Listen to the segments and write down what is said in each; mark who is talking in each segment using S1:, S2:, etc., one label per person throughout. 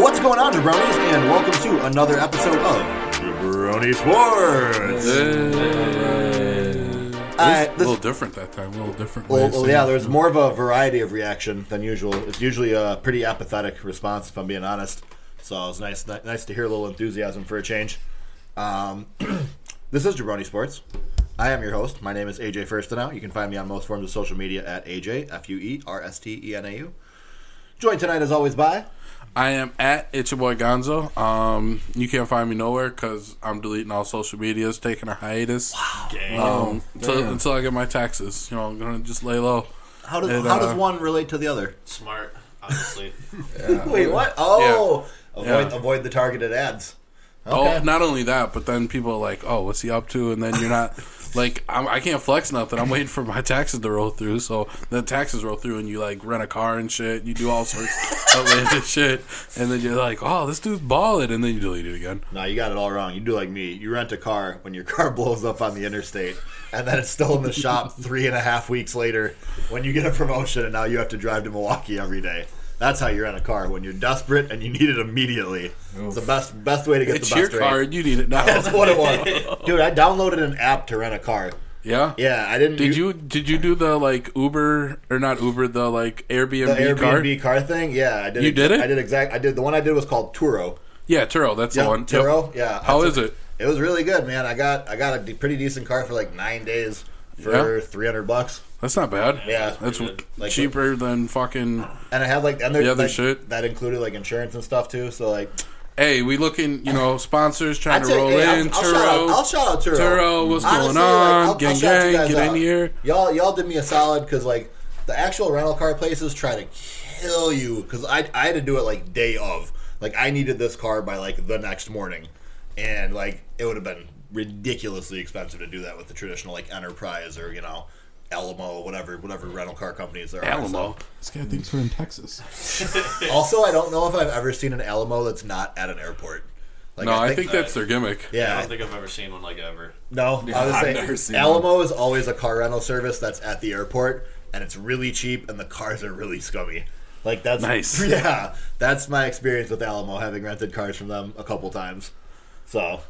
S1: what's going on, jabronis? And welcome to another episode of Jabroni Sports.
S2: This-
S1: this-
S2: a little different that time. A little different. way
S1: Well,
S2: of
S1: well,
S2: saying
S1: yeah,
S2: it.
S1: there's more of a variety of reaction than usual. It's usually a pretty apathetic response, if I'm being honest. So it was nice, ni- nice to hear a little enthusiasm for a change. Um, this is Jabroni Sports. I am your host. My name is AJ Firstenow. You can find me on most forms of social media at AJ F U E R S T E N A U. Joined tonight, as always, by
S2: I am at it's your boy Gonzo. Um, you can't find me nowhere because I'm deleting all social medias, taking a hiatus. Wow. Um, till, until I get my taxes, you know, I'm gonna just lay low.
S1: how does
S2: And,
S1: how does
S2: uh,
S1: one relate to the other?
S3: Smart, obviously.
S1: Wait, what? Oh, avoid
S2: Yeah.
S1: avoid the targeted ads.
S2: Oh, not only that, but then people are like, "Oh, what's he up to?" And then you're not like, I'm, I can't flex nothing. I'm waiting for my taxes to roll through. So the taxes roll through, and you like rent a car and shit. You do all sorts of outlandish shit, and then you're like, "Oh, this dude's balling," and then you delete it again.
S1: No, you got it all wrong. You do like me. You rent a car when your car blows up on the interstate, and then it's still in the shop three and a half weeks later when you get a promotion, and now you have to drive to Milwaukee every day. That's how you rent a car when you're desperate and you need it immediately. It's the best best way to get
S2: It's
S1: the
S2: your
S1: best rate.
S2: card. You need it now.
S1: That's what it was, dude. I downloaded an app to rent a car.
S2: Yeah.
S1: Yeah, I didn't.
S2: Did you did you do the like Uber or not Uber the like Airbnb,
S1: the
S2: card?
S1: Airbnb car? thing? Yeah, I did.
S2: You did it?
S1: I did exact. I did the one I did was called Turo.
S2: Yeah, Turo. That's
S1: Yeah,
S2: the one. Yep.
S1: Turo. Yeah.
S2: How
S1: that's
S2: is it?
S1: It was really good, man. I got I got a de- pretty decent car for like nine days for
S2: Yeah.
S1: three hundred bucks,
S2: That's not bad.
S1: Yeah.
S2: that's
S3: Pretty good.
S1: Like-
S2: cheaper than fucking.
S1: and I had like and there,
S2: The other
S1: like,
S2: shit.
S1: that included like insurance and stuff too. So like,
S2: Hey, we looking. You know, sponsors trying
S1: I'd
S2: to
S1: say-
S2: roll
S1: hey, I'll-
S2: in.
S1: I'll,
S2: Turo.
S1: shout out, I'll shout out Turo.
S2: Turo, what's going
S1: like,
S2: on?
S1: I'll- I'll
S2: Gang,
S1: shout you
S2: gang,
S1: guys
S2: get in
S1: out.
S2: here.
S1: Y'all, y'all did me a solid because like the actual rental car places try to kill you because I I had to do it like day of. Like I needed this car by like the next morning, and like it would have been ridiculously expensive to do that with the traditional like Enterprise or you know. Alamo, whatever, whatever rental car companies there are.
S2: Alamo.
S4: This guy thinks we're in Texas.
S1: So- also, I don't know if I've ever seen an Alamo that's not at an airport. Like,
S2: No, I think, that's their gimmick.
S1: yeah,
S3: I don't think I've ever seen one like ever.
S1: No, I was
S4: I've
S1: saying,
S4: never seen
S1: Alamo is always a car rental service that's at the airport, and it's really cheap, and the cars are really scummy. Like that's
S2: Nice.
S1: Yeah, that's my experience with Alamo, having rented cars from them a couple times. So,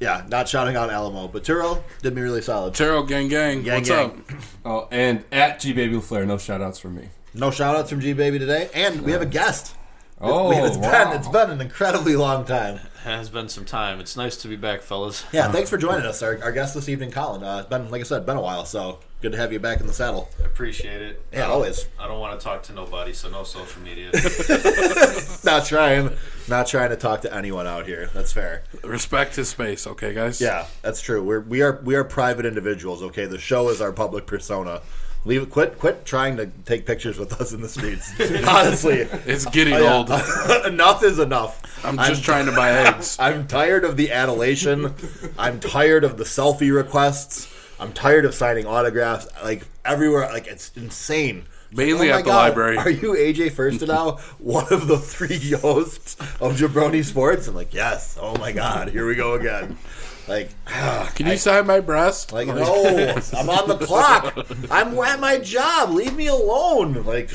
S1: yeah, not shouting out Alamo, but Turo did me really solid.
S2: Turo gang gang.
S1: Gang,
S2: What's
S1: gang.
S2: up?
S4: Oh, and at G Baby Flair, no shout outs from me.
S1: No shout outs from G Baby today, and we have a guest.
S4: Oh,
S1: We- it's
S4: wow.
S1: been it's been an incredibly long time.
S3: Has been some time. It's nice to be back, fellas.
S1: Yeah, thanks for joining us, our, our guest this evening, Colin. Uh, it's been like I said, been a while, so good to have you back in the saddle.
S3: Appreciate it.
S1: Yeah, always.
S3: I don't want to talk to nobody, so no social media.
S1: not trying not trying to talk to anyone out here that's fair
S2: Respect his space, okay, guys.
S1: yeah that's true we're we are we are private individuals okay the show is our public persona leave quit quit trying to take pictures with us in the streets honestly
S2: It's
S1: Oh,
S2: getting old. I'm
S1: enough is enough
S2: just trying to buy eggs.
S1: i'm tired of the adulation i'm tired of the selfie requests i'm tired of signing autographs like everywhere like it's insane Oh
S2: Mainly
S1: my
S2: at the library.
S1: Are you AJ First now? One of the three hosts of Jabroni Sports? I'm like, yes. Oh my God, here we go again. Like,
S2: Can you sign my breast?
S1: like no, I'm on the clock. I'm at my job. Leave me alone. Like,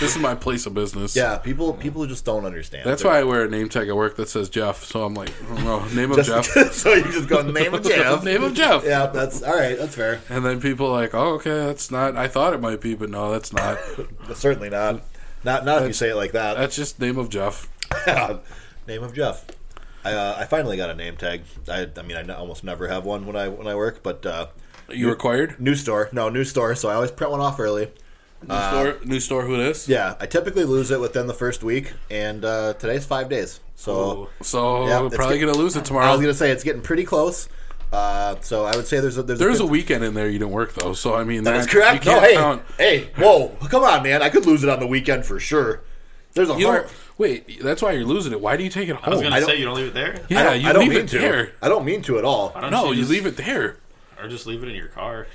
S2: This is my place of business.
S1: yeah, people people just don't understand.
S2: That's why I wear a name tag at work that says Jeff. So I'm like, oh no, name of Jeff.
S1: Just, so you just go name of Jeff.
S2: name of Jeff.
S1: Yeah, that's all right. That's fair.
S2: And then people are like, oh, okay, that's not. I thought it might be, but no, that's not.
S1: Certainly not. Not not if you say it like that.
S2: that's just name of Jeff. uh,
S1: name of Jeff. I, uh, I finally got a name tag. I, I mean, I n- almost never have one when I when I work, but uh,
S2: You required
S1: new store, no new store. So I always print one off early.
S2: new store. New store. Who this?
S1: Yeah, I typically lose it within the first week, and uh, today's five days. So
S2: Oh, So
S1: Yeah,
S2: we're
S1: it's
S2: probably
S1: get-
S2: gonna lose it
S1: I
S2: tomorrow.
S1: was gonna say it's getting pretty close. Uh, so I would say there's a, there's
S2: There's
S1: a,
S2: a weekend in there you didn't work though. So I mean,
S1: that's
S2: that-
S1: correct.
S2: You
S1: No,
S2: can't
S1: hey,
S2: count.
S1: hey, whoa, come on, man! I could lose it on the weekend for sure. There's a
S2: You
S1: hard.
S2: don't, wait, that's why you're losing it. Why do you take it home?
S3: I was going
S1: I
S3: to
S1: don't-
S3: say you don't leave it there.
S2: yeah, you
S1: I don't
S2: leave
S1: mean
S2: it
S1: to.
S2: there.
S1: I don't mean to at all.
S3: Why don't
S2: No, you
S3: just-
S2: leave it there.
S3: or just leave it in your car.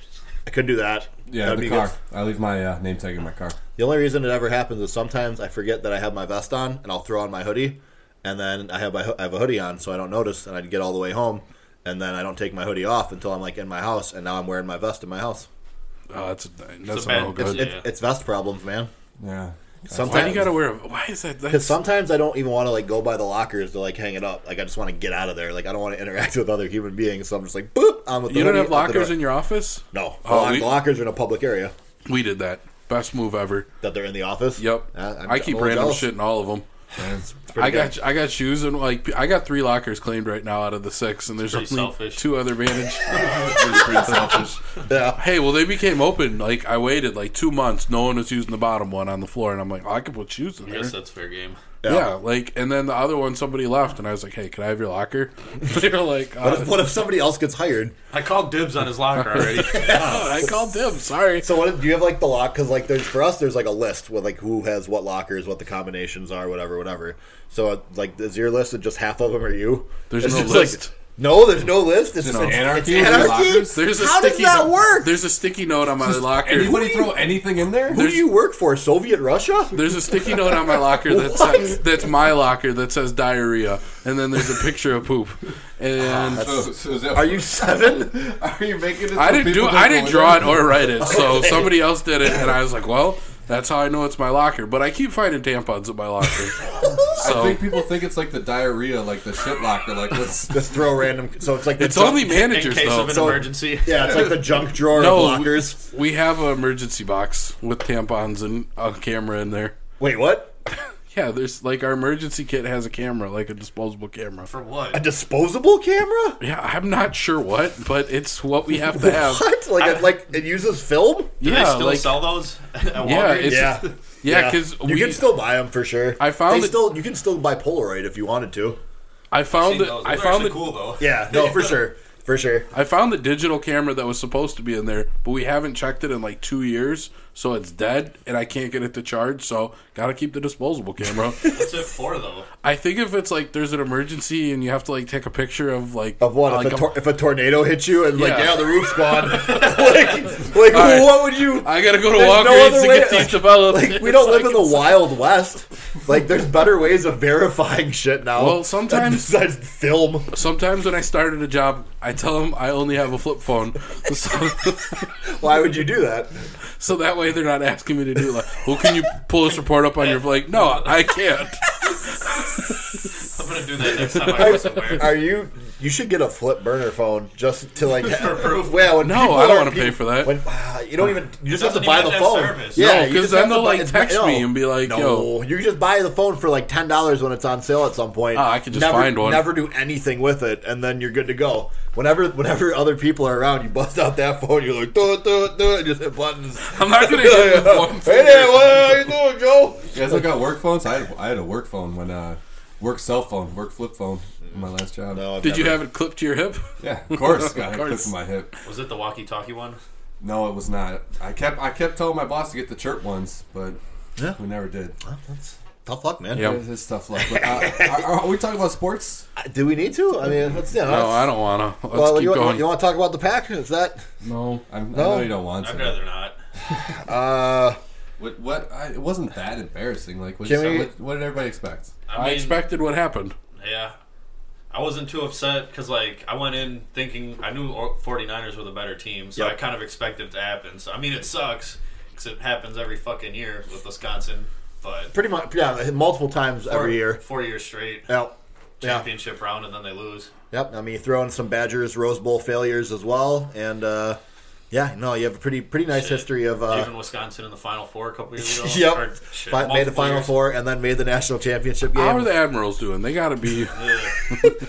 S1: I could do that.
S4: Yeah,
S1: That'd
S4: the
S1: be
S4: car.
S1: good.
S4: I leave my uh, name tag in my car.
S1: The only reason it ever happens is sometimes I forget that I have my vest on and I'll throw on my hoodie, and then I have my ho- I have a hoodie on, so I don't notice, and I get all the way home, and then I don't take my hoodie off until I'm like in my house, and now I'm wearing my vest in my house.
S2: Oh, that's that's
S3: a bad-
S2: not all
S3: it's-
S2: good.
S1: It- it's vest problems, man.
S4: Yeah.
S2: Why do
S1: Sometimes
S2: you gotta wear? a- Why is that? That's,
S1: Because sometimes I don't even want to like go by the lockers to like hang it up. Like I just want to get out of there. Like I don't want to interact with other human beings. So I'm just like boop. I'm with the
S2: you don't
S1: hoodie,
S2: have
S1: out the
S2: lockers
S1: door.
S2: in your office?
S1: no.
S2: Oh,
S1: Lock-
S2: we-
S1: lockers are in a public area
S2: We did that. Best move ever.
S1: that they're in the office.
S2: Yep.
S1: Uh, I'm-
S2: I keep
S1: I'm a little
S2: random
S1: jealous.
S2: shit in all of them.
S4: That's
S1: Pretty
S2: I got I got shoes and like I got three lockers claimed right now out of the six, and there's only
S3: pretty selfish.
S2: two other managed. It's pretty selfish.
S1: good. Yeah.
S2: Hey, well, they became open. Like I waited like two months. No one was using the bottom one on the floor, and I'm like, oh, I could put shoes in
S3: I
S2: there.
S3: guess that's fair game.
S2: Yeah. like and then the other one, somebody left, and I was like, hey, can I have your locker? they were like, uh,
S1: What if, what if somebody else gets hired?
S3: I called dibs on his locker already.
S2: no, I called them. Sorry.
S1: So what if, do you have like the lock? Because like there's for us there's like a list with like who has what lockers, what the combinations are, whatever, whatever. So uh, like is your list and just half of them are you?
S2: There's
S1: It's
S2: no
S1: just, like,
S2: list.
S1: no, there's no list. It's just
S4: No.
S1: it's-
S4: Anarchy
S1: It's
S4: with
S1: anarchy?
S4: lockers?
S2: There's a
S1: How does
S2: sticky
S1: that
S2: note-
S1: work?
S2: There's a sticky note on my locker.
S4: Anybody throw anything in there?
S1: Who do you work for? Soviet Russia?
S2: There's a sticky note on my locker that
S1: What?
S2: says, that's my locker that says diarrhea, and then there's a picture of poop.
S1: Ah,
S2: And
S4: So, Oh, so is that,
S1: Are you seven?
S4: Are you making it?
S2: I
S4: so
S2: didn't
S4: people
S2: do
S4: don't
S2: I didn't
S4: go
S2: draw
S4: in?
S2: it or write it, so somebody else did it, and I was like, well, that's how I know it's my locker. But I keep finding tampons in my locker,
S4: I
S2: so
S4: think people think it's like the diarrhea, like the shit locker, like what's
S1: Just throw random. So it's like the
S2: it's
S1: junk-
S2: only
S3: In
S2: managers
S3: case
S2: though.
S3: of an
S1: So-
S3: emergency.
S1: yeah, it's like the junk drawer
S2: No,
S1: of lockers.
S2: we have an emergency box with tampons and a camera in there.
S1: Wait, what?
S2: Yeah, there's like our emergency kit has a camera, like a disposable camera.
S3: For
S1: A
S3: what?
S1: disposable camera?
S2: Yeah, I'm not sure what, but it's what we have to have.
S1: What? Like, it, like it uses film?
S3: Do
S2: yeah,
S3: they still
S2: like-
S3: sell those? at
S2: Yeah,
S3: Walgreens?
S2: it's,
S1: Yeah.
S2: yeah, yeah. Because
S1: you
S2: we,
S1: can still buy them for sure.
S2: I found
S1: they
S2: it-
S1: still you can still buy Polaroid if you wanted to.
S2: I
S3: Seen
S2: found that
S3: those.
S2: I
S3: Those are
S2: found
S3: actually
S2: the
S3: cool though.
S1: Yeah, no, for sure, for sure.
S2: I found the digital camera that was supposed to be in there, but we haven't checked it in like two years, so it's dead, and I can't get it to charge. So gotta keep the disposable camera.
S3: What's it for though?
S2: I think if it's like there's an emergency and you have to like take a picture of like
S1: Of what?
S2: like
S1: if, a tor- if a tornado hits you and like
S2: Yeah.
S1: yeah, the roof's gone. like, like
S2: right.
S1: what would you?
S2: I gotta go to
S1: There's no
S2: Walgreens
S1: other
S2: to
S1: way-
S2: get these
S1: like-
S2: developed.
S1: Like we don't
S2: It's
S1: live
S2: like-
S1: in the Wild West. Like there's better ways of verifying shit now.
S2: Well, sometimes-
S1: besides film.
S2: Sometimes when I started a job, I tell them I only have a flip phone, so,
S1: Why would you do that?
S2: so that way they're not asking me to do like, well, can you pull this report up on your like? No, I can't.
S3: I'm gonna do that next time I go somewhere.
S1: Are you? You should get a flip burner phone just to like for
S3: proof.
S1: Well, when
S2: No,
S1: people
S2: I don't
S1: are-
S2: wanna pay for that.
S1: When, ah, you don't even. You just have to
S3: doesn't
S1: buy the
S3: even have
S1: phone.
S3: service.
S1: Yeah,
S2: No,
S1: you
S2: 'cause
S1: just
S2: then
S1: have to
S2: they'll,
S1: buy-
S2: like,
S1: it's-
S2: text
S1: no.
S2: me and be like,
S1: no,
S2: yo.
S1: you just buy the phone for like ten dollars when it's on sale at some point.
S2: Ah, I could just
S1: never,
S2: find one.
S1: Never do anything with it, and then you're good to go. Whenever, whenever other people are around, you bust out that phone. You're like, do it, do it, do it. and Just hit buttons.
S2: I'm not gonna hit it with one
S1: Hey there, what are you doing, Joe?
S4: You guys all got work phones? I had, I had a work phone when uh, work cell phone, work flip phone in my last job.
S1: No, I've
S2: Did you
S1: never-
S2: have it clipped to your hip?
S4: Yeah, of course,
S2: Of
S4: got it
S2: course.
S4: clipped in my hip.
S3: Was it the walkie-talkie one?
S4: No, it was not. I kept I kept telling my boss to get the chirp ones, but
S1: Yeah.
S4: we never did.
S1: tough luck, man?
S2: Yeah.
S4: It's stuff like. But, uh, are, are we talking about sports?
S1: Uh, Do we need to? I mean, let's, you know,
S2: No,
S1: that's-
S2: I don't wanna. Let's
S1: well,
S2: keep
S1: you,
S2: going.
S1: you want to talk about the pack? Is that
S2: no.
S4: I'm, I
S1: No.
S4: know you don't want
S3: I'd
S4: to.
S3: rather not.
S1: uh,
S4: What? What? I, it wasn't that embarrassing. Like, what,
S1: Can we-
S4: what, what did everybody expect?
S3: I,
S2: I,
S3: mean,
S2: expected what happened.
S3: Yeah. I wasn't too upset because, like, I went in thinking I knew or- 49ers were the better team, so
S1: Yep.
S3: I kind of expected it to happen. So, I mean, it sucks because it happens every fucking year with Wisconsin, but
S1: pretty much? Yeah, multiple times
S3: four-
S1: every year.
S3: Four years straight,
S1: Yeah, yeah,
S3: championship round, and then they lose.
S1: yep. I mean, you throw in some Badgers Rose Bowl failures as well, and uh, yeah, no, you have a pretty pretty nice
S3: Shit.
S1: history of. Uh,
S3: Even Wisconsin in the Final Four a couple years ago.
S1: Yep,
S3: Or, shit,
S1: Fi- made the
S3: multiple
S1: final
S3: years.
S1: four and then made the national championship game.
S2: How are the Admirals doing? They gotta be.
S3: Ugh.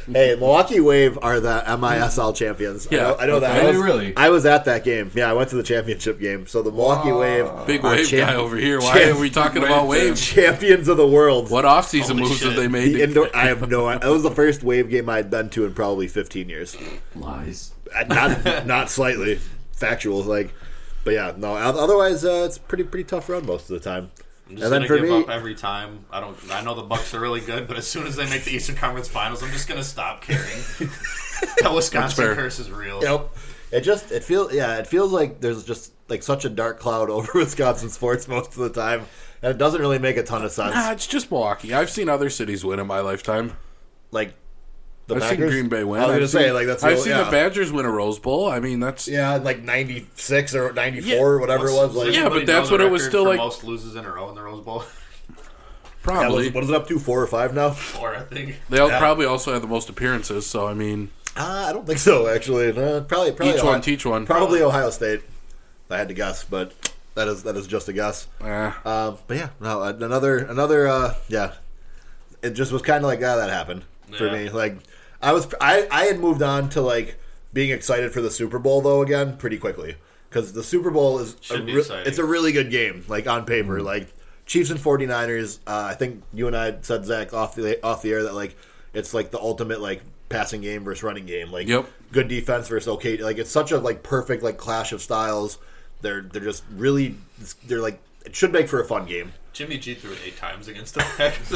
S1: Hey, Milwaukee Wave are the MISL champions. I
S2: Yeah.
S1: know, I know that.
S2: Are
S1: I
S4: they
S1: was,
S4: really?
S1: I was at that game. Yeah, I went to the championship game. So the Milwaukee Wave,
S2: Big
S1: are
S2: wave
S1: champ-
S2: guy over here. Why
S1: champ-
S2: are we talking about waves?
S1: champions of the world.
S2: What offseason
S3: Holy
S2: moves have
S3: shit.
S2: they made?
S1: The
S2: to-
S1: indoor, I have no. That was the first wave game I had been to in probably 15 years.
S4: Lies.
S1: Uh, Not, not slightly factual, like, but yeah, no. oth- Otherwise, uh, it's pretty, pretty tough run most of the time.
S3: I'm
S1: And
S3: just
S1: then
S3: gonna
S1: for
S3: give
S1: me,
S3: up every time. I don't. I know the Bucks are really good, but as soon as they make the Eastern Conference Finals, I'm just gonna stop caring. that
S2: fair.
S3: Wisconsin curse is real.
S1: you know, it just it feels yeah, it feels like there's just like such a dark cloud over Wisconsin sports most of the time, and it doesn't really make a ton of sense.
S2: Nah, it's just Milwaukee. I've seen other cities win in my lifetime.
S1: like the
S2: I've seen
S1: Packers?
S2: Green Bay win.
S1: I was gonna
S2: I've
S1: say
S2: seen-
S1: like that's
S2: I've
S1: the-
S2: seen
S1: yeah.
S2: the Badgers win a Rose Bowl. I mean, that's
S1: Yeah, like ninety six or ninety four
S2: Yeah.
S1: or whatever it was.
S3: Does
S1: Like
S2: Yeah, but
S3: anybody know
S2: that's
S3: the
S2: what it was
S3: record
S2: still
S3: for
S2: like-
S3: Most loses in a row in the Rose Bowl.
S1: Yeah, what
S2: Probably.
S1: is- what is it up to? Four or five now?
S3: Four, I think.
S2: They all
S1: Yeah.
S2: probably also had the most appearances, so I mean,
S1: Uh, I don't think so. Actually, Uh, probably probably
S2: each
S1: Ohio,
S2: one teach one.
S1: probably Ohio State. If I had to guess, but that is that is just a guess.
S2: Eh.
S1: Uh, but yeah, no, uh, another another uh, yeah. It just was kind of like ah, that happened for
S3: Yeah.
S1: me. Like I was I I had moved on to like being excited for the Super Bowl though again pretty quickly because the Super Bowl is a
S3: Should be
S1: re-
S3: exciting.
S1: it's a really good game like on paper like Chiefs and 49ers uh, I think you and I said Zach off the off the air that like it's like the ultimate like passing game versus running game like
S2: Yep.
S1: good defense versus okay like it's such a like perfect like clash of styles they're they're just really they're like it should make for a fun game
S3: Jimmy G threw it eight times against the Packers.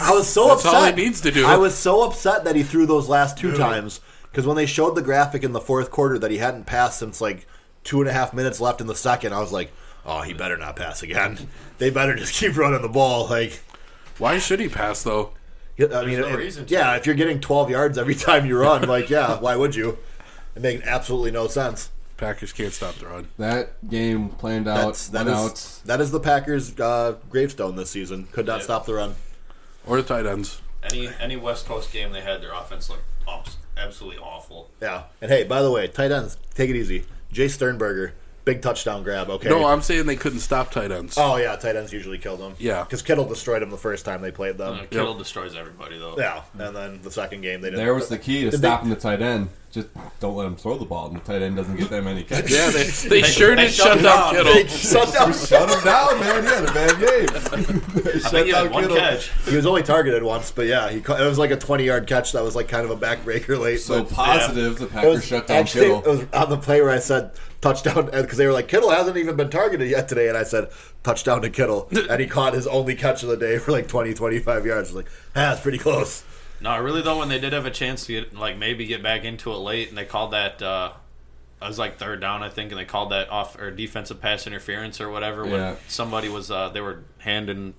S1: I was so
S2: That's
S1: upset.
S2: all he needs to do.
S1: I was so upset that he threw those last two times because when they showed the graphic in the fourth quarter that he hadn't passed since like two and a half minutes left in the second, I was like, "Oh, he better not pass again. They better just keep running the ball." Like,
S2: Why should he pass though?
S1: I mean,
S3: no
S1: if-
S3: reason to.
S1: yeah, if you're getting 12 yards every time you run, like, yeah, why would you? It makes absolutely no sense.
S2: Packers can't stop the run.
S4: That game planned out,
S1: That's that
S4: went
S1: is
S4: out.
S1: that is the Packers' uh, gravestone this season. Could not
S3: Yeah.
S1: stop the run.
S2: Or the tight ends.
S3: any any West Coast game they had, their offense looked abs- absolutely awful.
S1: Yeah. And hey, by the way, tight ends, take it easy. Jay Sternberger, big touchdown grab. Okay.
S2: No, I'm saying they couldn't stop tight ends.
S1: oh yeah, tight ends usually kill them.
S2: Yeah.
S1: Because Kittle destroyed them the first time they played them.
S3: Uh, Kittle destroys everybody though.
S1: Yeah. And then the second game they didn't.
S4: There was the key to
S1: Did they-
S4: stopping the tight end. Just don't let him throw the ball, and the tight end doesn't get that many catches.
S2: Yeah, they, they sure
S3: they
S2: did
S3: shut
S2: shut
S3: him
S2: down
S3: down.
S1: They
S2: Kittle.
S1: shut down.
S4: Shut him down, man. He had a bad game.
S3: I think he had one catch.
S1: He was only targeted once, but yeah, he caught, it was like a twenty-yard catch that was like kind of a backbreaker late.
S4: So
S1: but
S4: positive, the
S1: it
S4: Packers
S1: was
S4: shut down
S1: actually,
S4: Kittle.
S1: It was on the play where I said touchdown because they were like Kittle hasn't even been targeted yet today, and I said touchdown to Kittle, and he caught his only catch of the day for like 20, 25 yards. I was like, ah, it's pretty close.
S3: No, really though, when they did have a chance to get like maybe get back into it late, and they called that. uh I was like third down, I think, and they called that off or defensive pass interference or whatever when
S4: Yeah.
S3: somebody was uh they were handing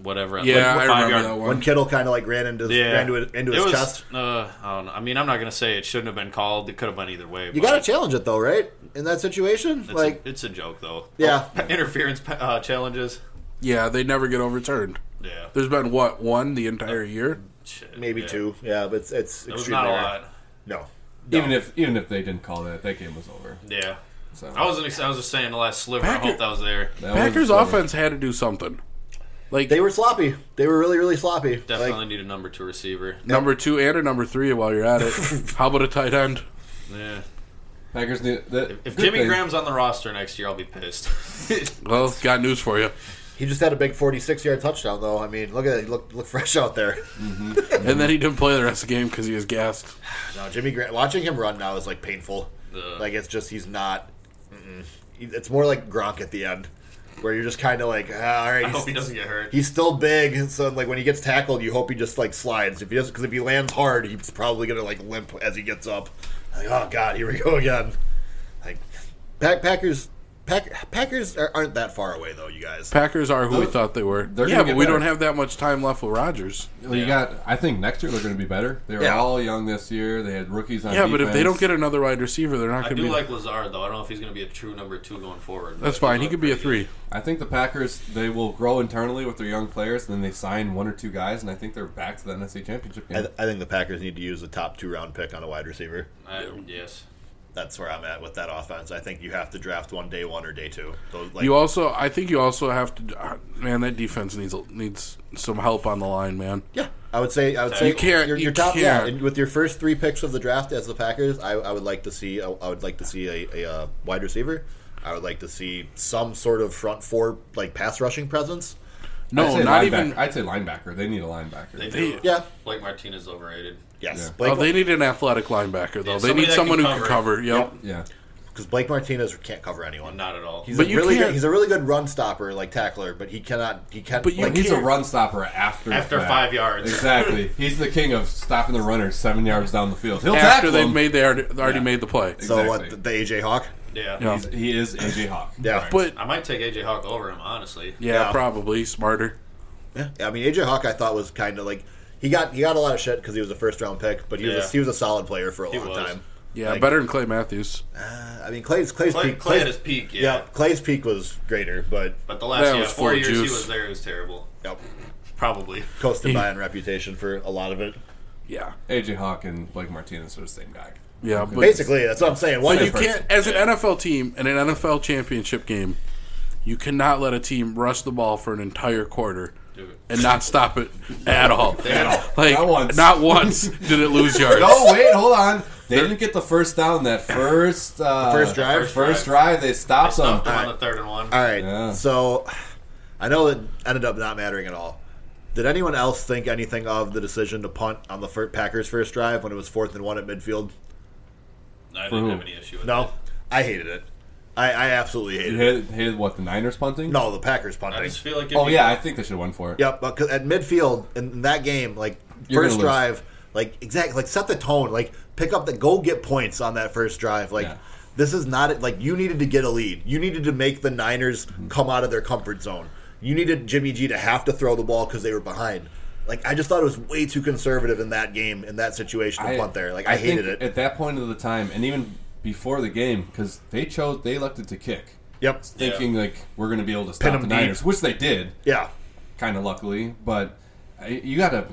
S3: whatever. at,
S2: Yeah,
S3: like,
S2: I
S3: five
S2: remember
S3: yard-
S2: that
S1: when
S2: one.
S1: Kittle kind of like ran into
S3: Yeah,
S1: ran into, his- into
S3: It
S1: his
S3: was,
S1: chest.
S3: Uh, I don't know. I mean, I'm not gonna say it shouldn't have been called. It could have went either way.
S1: You got to challenge it though, right? In that situation,
S3: It's,
S1: like
S3: a, it's a joke though.
S1: Yeah.
S3: interference uh, challenges.
S2: Yeah, they never get overturned.
S3: Yeah,
S2: There's been what one the entire year.
S3: Shit,
S1: maybe
S3: yeah.
S1: two. Yeah, but it's it's
S3: It was
S1: extreme
S3: not a
S1: rare.
S3: lot.
S1: No,
S4: even if even if they didn't call that, that game was over.
S3: Yeah,
S4: So
S3: I wasn't. ex- I was just saying the last sliver. I
S2: Packer-
S3: hope that was there.
S4: that was-
S2: Oh, Packers offense had to do something. Like
S1: they were sloppy. They were really really sloppy.
S3: Definitely
S1: Like,
S3: need a number two receiver.
S2: number two and a number three while you're at it. How about a tight end?
S3: Yeah.
S4: Packers knew that.
S3: If
S4: good
S3: Jimmy
S4: thing-
S3: Graham's on the roster next year, I'll be pissed.
S2: Well, got news for you.
S1: he just had a big forty-six yard touchdown though. I mean, look at it. He looked look fresh out there.
S2: And then he didn't play the rest of the game because he was gassed.
S1: No, Jimmy Grant. Watching him run now is like painful.
S3: Ugh.
S1: Like it's just he's not. Mm-mm. It's more like Gronk at the end, where you're just kind of like, ah, all right.
S3: I
S1: he's-
S3: hope he doesn't get hurt.
S1: He's still big, and so like when he gets tackled, you hope he just like slides. If he doesn't, because if he lands hard, he's probably gonna like limp as he gets up. Like, oh god, here we go again. Like, pack, Packers, pack, Packers are, aren't that far away though, you guys.
S2: Packers are who we thought they were.
S4: They're
S2: Yeah,
S4: gonna
S2: but
S4: get
S2: we
S4: better.
S2: don't have that much time left with Rodgers.
S4: Well, you got. I think next year they're going to be better. They were
S1: Yeah.
S4: all young this year. They had rookies on.
S2: Yeah, but if they don't
S4: defense.
S2: get another wide receiver, they're not
S3: I
S2: going
S3: do
S2: to be.
S3: like Lazard though. I don't know if he's going to be a true number two going forward.
S2: that's
S3: but
S2: fine. He
S3: looked
S2: could be a
S3: pretty
S2: three.
S4: I think the Packers they will grow internally with their young players, and then they sign one or two guys, and I think they're back to the NFC Championship
S1: I,
S4: game.
S1: th- I think the Packers need to use the top two round pick on a wide receiver.
S3: good. I- yes.
S1: That's where I'm at with that offense. I think you have to draft one day one or day two. Those, like,
S2: You also, I think you also have to. ah, Man, that defense needs needs some help on the line, man.
S1: yeah, I would say I would say
S2: You can't-
S1: Your,
S2: you
S1: your top yeah,
S2: can't.
S1: and with your first three picks of the draft as the Packers, I, I would like to see I, I would like to see a, a, uh wide receiver. I would like to see some sort of front four like pass rushing presence.
S4: I'd
S2: No,
S4: say
S2: not
S4: linebacker.
S2: even.
S4: I'd say linebacker. They need a linebacker.
S3: They do.
S1: Yeah.
S3: Blake Martinez overrated.
S1: Yes,
S4: Yeah.
S1: Blake,
S2: oh, they need an athletic linebacker though. they
S3: Yeah, somebody
S2: need
S3: that
S2: someone
S3: can
S2: who can
S3: cover
S2: cover. Yep.
S4: yeah,
S1: because Blake Martinez can't cover anyone.
S3: Not at all.
S1: He's
S2: But
S1: a
S2: you
S1: really good,
S2: can't-
S1: he's a really good run stopper, like tackler, but he cannot he can't.
S2: But you
S1: like,
S4: he's a
S2: can't-
S4: run stopper after the
S3: After
S4: fact.
S3: five yards.
S4: Exactly. He's the king of stopping the runner seven yards down the field. He'll
S2: After
S4: tackle
S2: they've
S4: him.
S2: made they already, they already
S4: Yeah.
S2: made the play.
S1: so what
S4: exactly.
S1: the AJ Hawk?
S3: yeah.
S2: Yeah.
S4: He's- he is AJ Hawk.
S1: Yeah,
S2: But
S3: I might take AJ Hawk over him honestly.
S2: yeah,
S1: Yeah.
S2: probably smarter.
S1: Yeah, I mean AJ Hawk, I thought was kind of like he got he got a lot of shit because he was a first round pick, but he was
S3: Yeah.
S1: a, he was a solid player for a long
S3: was.
S1: time.
S2: Yeah,
S1: Like-
S2: better than Clay Matthews.
S1: I mean Clay's Clay's
S3: Clay,
S1: peak
S3: Clay
S1: Clay's,
S3: at his peak.
S1: yeah. Clay's peak was greater, but
S3: But the last
S2: That
S3: yeah,
S2: was
S3: four
S2: full
S3: years he
S2: juice.
S3: was there, it was terrible.
S1: yep.
S3: Probably.
S1: coasted by on reputation for a lot of it.
S2: Yeah.
S4: AJ Hawk and Blake Martinez are the same guy.
S2: Yeah. But
S1: Basically, that's what I'm saying. Why
S2: But
S1: do
S2: you
S1: you
S2: can't, as an NFL team in an NFL championship game, you cannot let a team rush the ball for an entire quarter and not stop it at all. At
S4: all.
S2: Like
S4: Not once.
S2: not once did it lose yards.
S4: No, wait, hold on. They didn't get the first down that first uh,
S1: first drive?
S4: First, drive, they stopped,
S3: Stuffed
S4: them.
S3: him on the third and one.
S1: All right.
S4: Yeah.
S1: So I know it ended up not mattering at all. Did anyone else think anything of the decision to punt on the fir- Packers' first drive when it was fourth and one at midfield?
S3: I
S4: For
S3: didn't
S4: who?
S3: have any issue with
S1: No,
S3: it.
S1: I hated it. I, I absolutely hated
S4: You
S1: it.
S4: hated, hated what the Niners punting?
S1: No, the Packers
S3: I
S1: punting.
S3: just feel like if
S4: Oh
S3: you-
S4: yeah, I think they should have won for it.
S1: Yep, but 'cause at midfield in that game, like
S4: You're
S1: first
S4: gonna lose.
S1: drive, like exactly, like set the tone, like pick up the go get points on that first drive. Like
S4: Yeah.
S1: this is not it. Like you needed to get a lead. You needed to make the Niners
S4: Mm-hmm.
S1: come out of their comfort zone. You needed Jimmy G to have to throw the ball because they were behind. Like I just thought it was way too conservative in that game in that situation to punt there. Like I,
S4: think
S1: hated it.
S4: at that point of the time, and even before the game, because they chose they elected to kick,
S1: Yep.
S4: thinking like we're going to be able to
S1: Pin
S4: stop
S1: 'em
S4: the
S1: deep.
S4: Niners, which they did,
S1: Yeah.
S4: kind of luckily. But I- you got to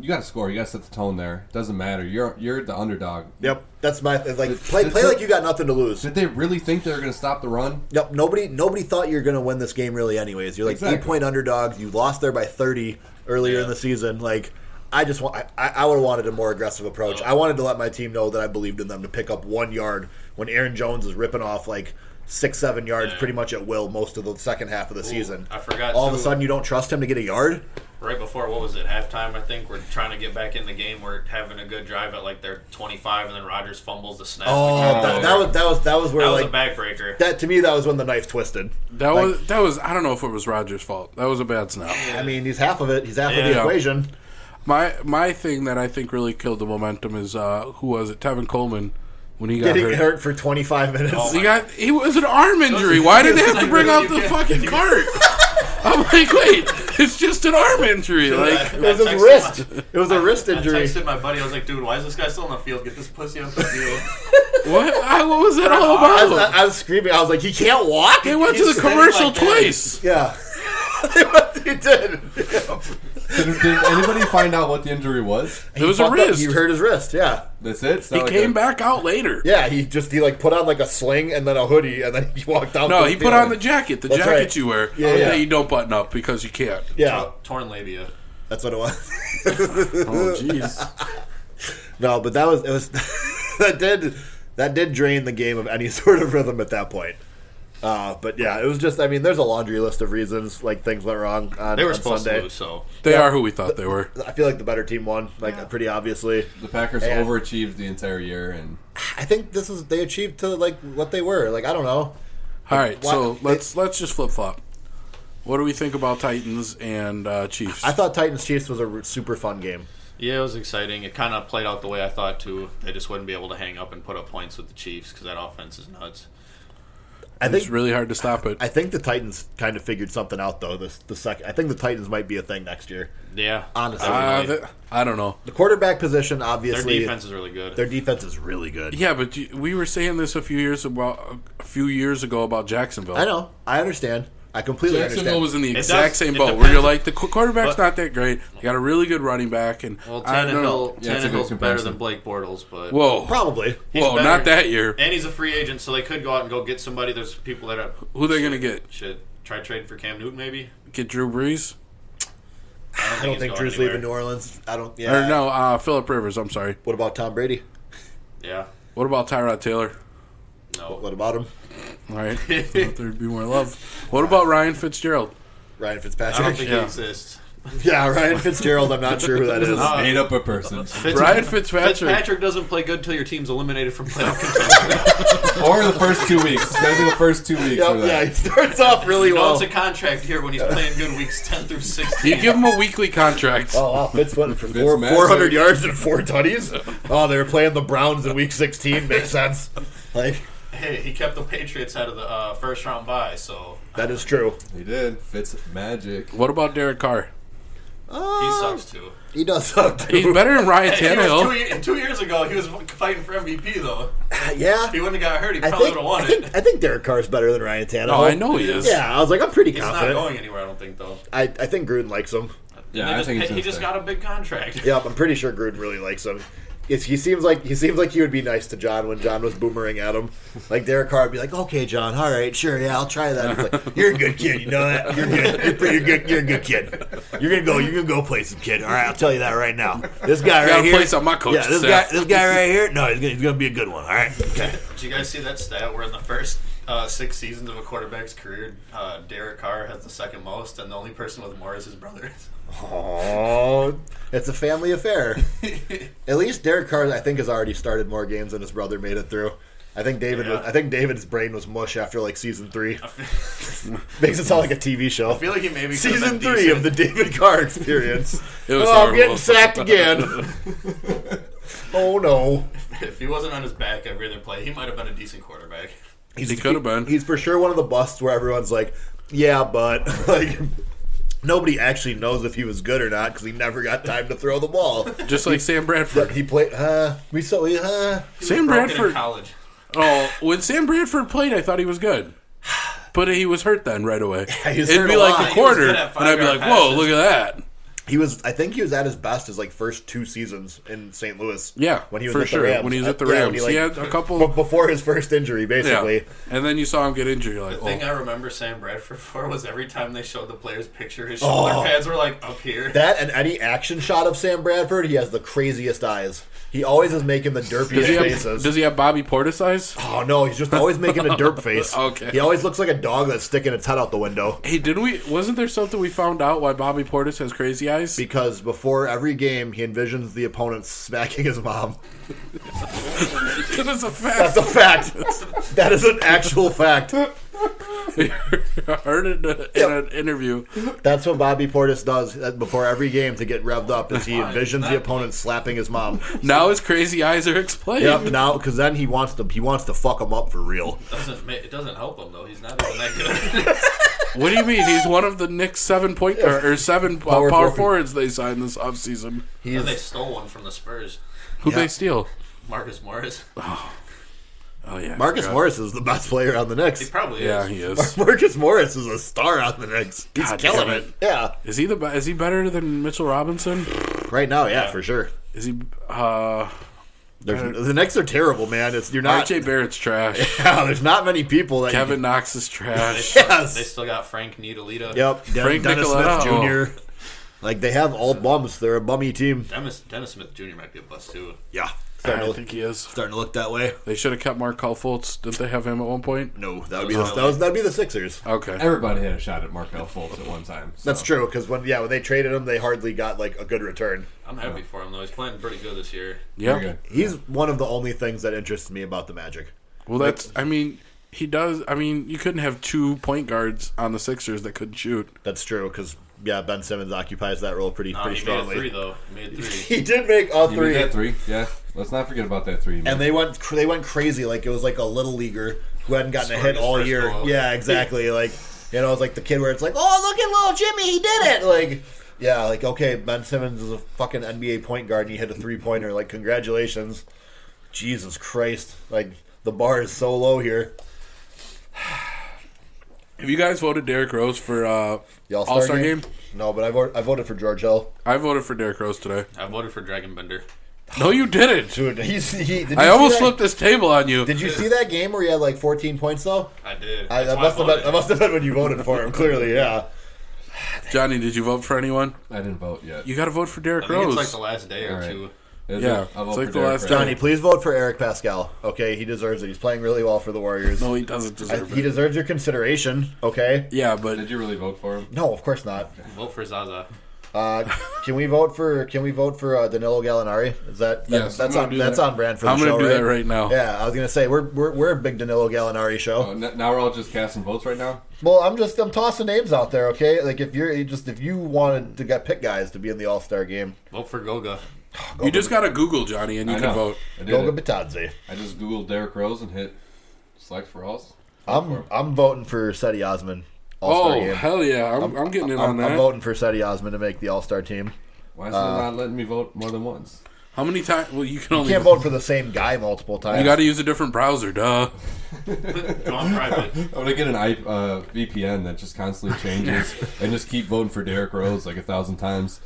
S4: you got to score. You got to set the tone there. Doesn't matter. You're you're the underdog.
S1: Yep. That's my like
S4: Did-
S1: play
S4: did
S1: play
S4: they-
S1: like you got nothing to lose.
S4: Did they really think they were going to stop the run?
S1: Nope, nobody nobody thought you were going to win this game really anyways. You're like
S4: Exactly.
S1: eight point underdogs. You lost there by 30 earlier in the season. Like I just want I, I would have wanted a more aggressive approach.
S3: Uh-huh.
S1: I wanted to let my team know that I believed in them to pick up one yard when Aaron Jones is ripping off like six seven yards
S3: Yeah.
S1: pretty much at will most of the second half of the season.
S3: I forgot
S1: All of a
S3: too.
S1: sudden you don't trust him to get a yard.
S3: right before what was it halftime? I think we're trying to get back in the game. We're having a good drive at like their 25, and then Rogers fumbles the snap.
S1: Oh, that, that was that was that was where
S3: that was
S1: like
S3: a backbreaker.
S1: that to me that was when the knife twisted.
S2: That was that was I don't know if it was Rogers' fault. That was a bad snap.
S1: I mean he's half of it. He's half of the
S3: Yeah.
S1: equation.
S2: My my thing that I think really killed the momentum is uh, who was it? Tevin Coleman when he got
S1: Getting
S2: hurt.
S1: hurt for 25 minutes.
S3: Oh,
S2: He got he was an arm injury. Why did they have to bring out the fucking cart? I'm like, wait, it's just an arm injury. Like
S3: I-
S1: It was
S3: I
S1: his
S3: texted
S1: wrist.
S3: my-
S1: It was a wrist
S3: I
S1: injury.
S3: texted my buddy. I was like, "Dude, why is this guy still on the field? Get this pussy off the field."
S2: what? I, what was that all
S1: I was,
S2: about?
S1: I was screaming. I was like, "He can't walk."
S2: They went to
S3: He's
S2: the commercial
S3: like that.
S2: twice.
S1: Yeah, he did.
S4: Did, did anybody find out what the injury was?
S2: It was a
S1: Fucked up.
S2: wrist.
S1: He hurt his wrist. Yeah,
S4: That's it. It's
S2: He
S4: not like
S2: came
S4: a-
S2: back out later.
S1: yeah. He just he like put on like a sling and then a hoodie and then he walked out.
S2: No,
S1: to
S2: he
S1: the
S2: put on the
S1: field.
S2: jacket, the
S1: That's
S2: jacket
S1: right.
S2: you wear
S1: Yeah, yeah.
S2: that you don't button up because you can't.
S1: Yeah,
S3: Torn labia.
S1: that's what it was.
S2: Oh, jeez.
S1: No, but that was it was that did that did drain the game of any sort of rhythm at that point. Uh, but yeah, it was just. I mean, there's a laundry list of reasons like things went wrong. On,
S3: They were
S1: on
S3: supposed
S1: Sunday.
S3: to lose, so
S2: They are who we thought they were.
S1: I feel like the better team won, like pretty obviously.
S4: The Packers
S1: And-
S4: overachieved the entire year, and
S1: I think this is they achieved to like what they were. Like I don't know.
S2: All right,
S1: Why-
S2: so let's let's just flip flop. What do we think about Titans and uh, Chiefs?
S1: I thought Titans Chiefs was a r- super fun game.
S3: yeah, it was exciting. It kind of played out the way I thought too. They just wouldn't be able to hang up and put up points with the Chiefs because that offense is nuts.
S1: I
S2: it's
S1: think
S2: really hard to stop it.
S1: I think the Titans kind of figured something out though. This the second. I think the Titans might be a thing next year.
S3: Yeah,
S1: Honestly.
S2: Uh,
S3: I would agree.
S2: th- I don't know.
S1: The quarterback position,
S3: their
S1: obviously,
S3: defense is really good.
S1: their defense is really good.
S2: Yeah, but you- we were saying this a few years about a few years ago about Jacksonville.
S1: I know. I understand. I completely
S2: Jacksonville
S1: understand.
S2: was in the
S3: does-
S2: exact same
S3: it
S2: boat where you're
S3: depends.
S2: like the qu- quarterback's
S3: But-
S2: not that great. They got a really good running back, and
S3: well,
S2: I don't
S3: Tannehill,
S2: know.
S4: Yeah, it's a
S3: Tannehill's
S4: good
S3: better
S4: comparison.
S3: than Blake Bortles, but
S2: Whoa,
S1: Probably.
S3: He's
S2: whoa,
S3: better.
S2: not that year.
S3: and he's a free agent, so they could go out and go get somebody. There's people that are
S2: Who they gonna get?
S3: should try trading for Cam Newton, maybe.
S2: Get Drew Brees
S1: I don't
S3: he's
S1: think
S3: going
S1: Drew's
S3: anywhere.
S1: leaving New Orleans. I don't. Yeah.
S2: or no, uh, Philip Rivers? I'm sorry.
S1: What about Tom Brady?
S3: Yeah,
S2: What about Tyrod Taylor?
S3: no.
S1: What about him?
S2: All right, Thought there'd be more love. What about Ryan Fitzgerald?
S1: Ryan
S3: I don't think
S1: Fitzpatrick.
S3: he
S2: Yeah.
S3: exists.
S1: yeah, Ryan Fitzgerald. I'm not sure who that is.
S3: Uh,
S4: made up a person
S3: Fitz-
S2: Ryan Fitzpatrick.
S3: Fitzpatrick doesn't play good till your team's eliminated from playoff contention.
S4: or the first two weeks. It's gonna be the first two weeks. for
S1: Yep, yeah,
S4: that.
S1: he starts off really
S3: you know,
S1: well.
S3: it's a contract here when he's playing good weeks 10 through 16.
S2: You give him a weekly contract.
S1: Oh wow, Fitz went for
S4: Fitz
S1: four,
S4: magic.
S1: 400 yards and four tutties. Oh, they were playing the Browns in Week 16. Makes sense. Like
S3: Hey, he kept the Patriots out of the uh, first round bye, so
S1: that is true.
S4: He did. Fitz magic.
S2: What about Derek Carr?
S3: he sucks too.
S1: He does suck.
S2: He's
S1: Too.
S2: better than Ryan
S3: Hey, he was
S2: Tannehill.
S3: two, ye- two years ago, he was fighting for MVP though.
S1: yeah.
S3: If he wouldn't have got hurt, he
S1: I
S3: probably would
S1: think,
S3: have
S1: I
S3: won
S1: think
S3: it.
S1: I think Derek Carr is better than Ryan Tannehill.
S2: Oh, I know he is.
S1: Yeah, I was like, I'm pretty
S3: He's not
S1: confident.
S3: going anywhere, I don't think, though.
S1: I, I think Gruden likes him.
S4: Yeah,
S3: They
S4: I
S3: just
S4: think
S3: paid-
S4: it's
S3: he just got a big contract.
S1: Yep, I'm pretty sure Gruden really likes him. If he seems like he seems like he would be nice to John when John was boomerang at him. Like Derek Carr would be like, "Okay, John, all right, sure, yeah, I'll try that." He's like, "You're a good kid, you know that. You're good. You're, pretty, you're good. You're a good kid. You're gonna go. You're gonna go play some kid. All right, I'll tell you that right now. This guy
S2: Got
S1: right
S2: a
S1: here.
S2: place on my coach.
S1: yeah, this guy. This guy right here. No, he's gonna, he's gonna be a good one. All right. Okay.
S3: Did you guys see that stat where in the first uh, six seasons of a quarterback's career, uh, Derek Carr has the second most, and the only person with more is his brother?
S1: Oh, it's a family affair. At least Derek Carr, I think, has already started more games than his brother made it through. I think David.
S3: Yeah.
S1: Was, I think David's brain was mush after like season three. Makes it sound like a TV show.
S3: I feel like he maybe could've
S1: season
S3: been
S1: three
S3: decent.
S1: of the David Carr Experience.
S2: It was
S1: oh, I'm
S2: horrible.
S1: getting sacked again. oh no,
S3: If he wasn't on his back every other play, he might have been a decent quarterback.
S1: he's
S2: He could have been.
S1: He's for sure one of the busts where everyone's like, "Yeah, but like." Nobody actually knows if he was good or not because he never got time to throw the ball.
S2: Just like
S1: But
S2: Sam Bradford.
S1: he played. Huh? We saw. Huh?
S2: Sam
S3: Broken in
S2: Bradford.
S3: college.
S2: Oh, when Sam Bradford played, I thought he was good. But he was hurt then right away.
S1: he was
S2: It'd
S1: hurt
S2: be
S1: a lot. He
S2: like
S1: was
S2: a quarter,
S3: good
S2: and
S3: at
S2: I'd be
S3: five-yard
S2: like, "Whoa,
S3: passes.
S2: look at that!"
S1: He was. I think he was at his best his like first two seasons in St. Louis.
S2: Yeah,
S1: when he was
S2: for
S1: at
S2: sure.
S1: The Rams. Uh,
S2: When he was at the
S1: Yeah,
S2: Rams,
S1: when he,
S2: he
S1: like,
S2: had a couple.
S1: b- before his first injury, basically.
S2: Yeah. And then you saw him get injured. You're like,
S3: The thing
S2: oh.
S3: I remember Sam Bradford for was every time they showed the player's picture, his shoulder pads were like up here.
S1: Oh. That and any action shot of Sam Bradford, he has the craziest eyes. He always is making the derpiest
S2: Does he, have,
S1: faces.
S2: does he have Bobby Portis eyes?
S1: oh no, he's just always making a derp face.
S2: Okay.
S1: He always looks like a dog that's sticking its head out the window.
S2: Hey, didn't we? Wasn't there something we found out why Bobby Portis has crazy eyes?
S1: Because before every game, he envisions the opponent smacking his mom.
S2: Because it's a
S1: That's
S2: fact.
S1: a fact. that is an actual fact.
S2: I heard it in, a, in an interview.
S1: That's what Bobby Portis does uh, before every game to get revved up. Is he envisions the opponent slapping his mom?
S2: Now his crazy eyes are explained.
S1: Yep. Now, because then he wants to he wants to fuck him up for real.
S3: Doesn't ma- it doesn't help him though. He's not even that good.
S2: What do you mean? He's one of the Knicks seven point or, or seven uh, power,
S1: Power forward.
S2: forwards they signed this offseason.
S1: He's
S3: and they stole one from the Spurs.
S2: Who
S1: Yeah.
S2: they steal?
S3: Marcus Morris.
S2: Oh yeah,
S1: Marcus
S2: forgot.
S1: Morris is the best player on the
S3: He
S1: Knicks.
S3: probably
S2: Yeah,
S3: is.
S2: he is.
S1: Marcus Morris is a star on the Knicks. He's
S2: God
S1: killing
S2: damn
S1: it.
S2: it.
S1: Yeah,
S2: Is he the be- is he better than Mitchell Robinson?
S1: right now, yeah, for sure.
S2: Is he? uh
S1: There's, the Knicks are terrible, man. It's you're not.
S2: RJ Barrett's trash.
S1: Yeah, there's not many people that. you
S2: Kevin Knox is trash.
S1: can- yes.
S3: They still got Frank Nitalita.
S1: yep. Den-
S2: Frank
S1: Dennis
S2: Nicoletto.
S1: Smith Jr. Like they have all bums. They're a bummy team.
S3: Dennis, Dennis Smith Jr. might be a bust too.
S1: Yeah. Starting
S2: I
S1: to, look,
S2: think he is.
S1: starting to look that way.
S2: They should have kept Mark Fultz. Didn't they have him at one point?
S1: No, that would be the, that was, that'd be the Sixers.
S2: Okay.
S4: Everybody had a shot at Markel Fultz at one time. so.
S1: That's true because when yeah when they traded him, they hardly got like a good return.
S3: I'm happy for him though. He's playing pretty good this year.
S2: Yeah.
S4: Very good.
S1: He's one of the only things that interests me about the Magic.
S2: Well, that's. I mean, he does. I mean, you couldn't have two point guards on the Sixers that couldn't shoot.
S1: That's true because yeah, Ben Simmons occupies that role pretty
S3: Uh,
S1: pretty
S3: he made a
S1: strongly.
S3: three though. He made a three.
S1: He did make all
S4: You made
S1: three,
S4: that three, yeah. Let's not forget about that three.
S1: and
S4: man.
S1: they went cr- they went crazy like it was like a little leaguer who hadn't gotten a
S3: Scored
S1: hit
S3: his
S1: all
S3: first
S1: year.
S3: goal.
S1: Yeah, exactly. like you know, it's like the kid where it's like, oh look at little Jimmy, he did it. Like yeah, like okay, Ben Simmons is a fucking NBA point guard and he hit a three pointer. Like congratulations, Jesus Christ! Like the bar is so low here.
S2: Have you guys voted Derrick Rose for uh,
S1: The
S2: All Star game?
S1: No, but I, vote, I voted for George Hill.
S2: I voted for Derrick Rose today.
S3: I voted for Dragon Bender.
S2: No, you didn't.
S1: Dude, he's, he, did you
S2: I
S1: see
S2: almost
S1: that-
S2: flipped this table on you.
S1: Did you see that game where he had like 14 points though?
S3: I did.
S1: I,
S3: That's
S1: that
S3: why
S1: must have been,
S3: voted.
S1: that must have been when you voted for him. Clearly, yeah.
S2: Johnny, did you vote for anyone?
S4: I didn't vote yet.
S2: You got to vote for
S3: I
S2: Derrick
S3: think
S2: Rose.
S3: it's like the last day or
S4: All right.
S3: two.
S4: Is
S2: Yeah,
S4: it? I'll
S2: it's like
S4: vote for
S2: the
S4: Derek
S2: last
S4: Rose.
S2: time.
S1: Johnny, please vote for Eric Pascal. Okay, he deserves it. He's playing really well for the Warriors.
S2: no, he doesn't
S1: I-
S2: deserve
S1: he
S2: it.
S1: deserves your consideration. Okay.
S2: Yeah, but
S4: Did you really vote for him?
S1: No, of course not.
S3: Vote for Zaza.
S1: Uh, can we vote for Can we vote for uh, Danilo Gallinari? Is that, that
S2: Yes, I'm
S1: that's
S2: gonna
S1: on
S2: do
S1: that's
S2: that.
S1: on brand for the
S2: I'm
S1: show?
S2: gonna do
S1: right?
S2: that right now. Uh,
S1: Yeah, I was gonna say we're we're, we're a big Danilo Gallinari show.
S4: Oh, n- now we're all just casting votes right now.
S1: Well, I'm just I'm tossing names out there, okay? Like if you're you just if you wanted to get pick guys to be in the All Star game,
S3: Vote for Goga.
S2: you just got to Google Johnny and you
S4: I
S2: can
S4: know.
S2: vote.
S4: I, did
S1: Goga
S4: it.
S1: Bitadze.
S4: I just googled Derrick Rose and hit select for all.
S1: I'm I'm voting for Seti Osman All Star
S2: Oh
S1: game.
S2: hell yeah! I'm, I'm, getting in on
S1: I'm,
S2: that.
S1: I'm voting for Seti Osman to make the All Star team.
S2: Uh,
S4: Why is it not letting me vote more than once?
S2: How many times? Well, you can only.
S1: Can't vote for the same guy multiple times.
S2: you got to use a different browser, duh.
S3: Go on private.
S4: I'm gonna get an I, uh, VPN that just constantly changes and just keep voting for Derrick Rose like a thousand times.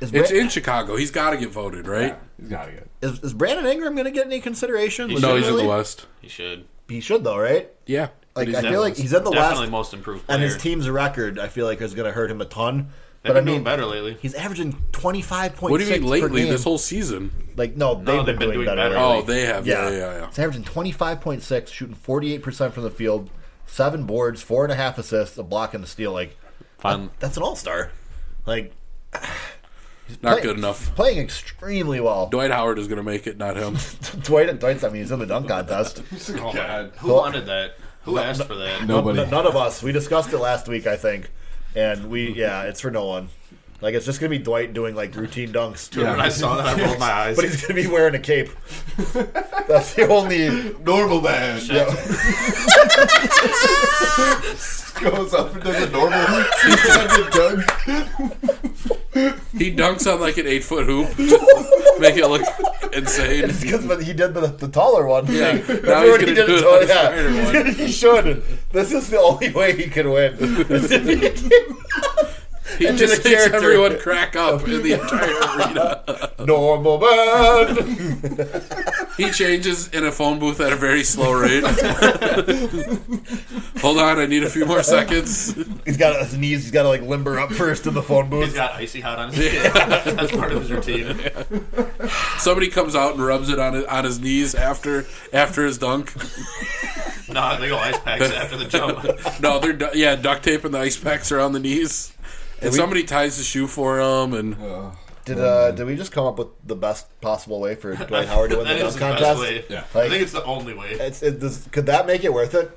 S1: is,
S2: It's
S1: Bra-
S2: in Chicago. He's got to get voted, right?
S4: He's gotta get.
S1: is, is Brandon Ingram going to get any consideration?
S2: No,
S3: No,
S2: he's in the
S1: Legitimately?
S2: West.
S3: He should.
S1: He should though, right?
S2: Yeah.
S1: Like
S2: But he's
S1: I
S2: in
S1: feel
S2: the
S1: like
S2: West.
S1: he's in the
S3: Definitely
S1: West,
S3: most improved player.
S1: and his team's record I feel like is going to hurt him a ton.
S3: They've
S1: but I
S3: been
S1: mean,
S3: doing better lately.
S1: he's averaging twenty five point.
S2: What do you mean lately?
S1: Game.
S2: This whole season?
S1: like no, they've, been, doing, better.
S3: Really?
S2: Oh, they have. Yeah, yeah, yeah.
S1: It's averaging 25.6, shooting 48% from the field, seven boards, four and a half assists, a block, and a steal. Like,
S3: Fine.
S1: that's an all star. Like,
S2: Not
S1: play-
S2: good enough.
S1: Playing extremely well.
S2: Dwight Howard is going to make it, not him.
S1: Dwight and Dwight's, I mean, he's in the dunk contest.
S4: Oh, God.
S3: Who wanted that? Who asked for that?
S4: Nobody.
S1: N- none of us. We discussed it last week, I think. And we, yeah, it's for no one. Like, it's just going to be Dwight doing, like, routine dunks.
S4: Yeah.
S3: When I saw that, I rolled my eyes.
S1: But he's going to be wearing a cape. That's the only.
S4: normal man
S1: Yeah.
S4: goes up and does a normal two-handed dunk.
S2: He dunks on like an eight foot hoop, make it look insane.
S1: It's because but he did the, the taller one.
S2: Yeah. Now
S1: Remember
S2: he's
S1: when
S2: gonna
S1: he did
S2: do
S1: it
S2: it
S1: taller-
S2: on the
S1: yeah.
S2: Spider-Man.
S1: he should. This is the only way he could win. Is if
S2: He
S1: And
S2: just
S1: the
S2: makes
S1: character-
S2: everyone crack up in the entire arena.
S1: he- Normal man.
S2: He changes in a phone booth at a very slow rate. Hold on, I need a few more seconds.
S1: He's got his knees. He's got to like limber up first in the phone
S3: He's
S1: booth.
S3: got icy hot on his skin. That's part of his routine.
S2: Somebody comes out and rubs it on his, on his knees after after his dunk.
S3: No, they go ice packs after the jump.
S2: No, they're du- yeah duct tape and the ice packs around the knees, and somebody ties the shoe for him. And
S4: Oh,
S1: Did uh, did we just come up with the best possible way for Dwight Howard to win the
S3: That
S1: dunk
S3: is the best
S1: contest?
S3: way.
S4: Yeah.
S3: I think it's the only way.
S1: It's, it, does, could that make it worth it?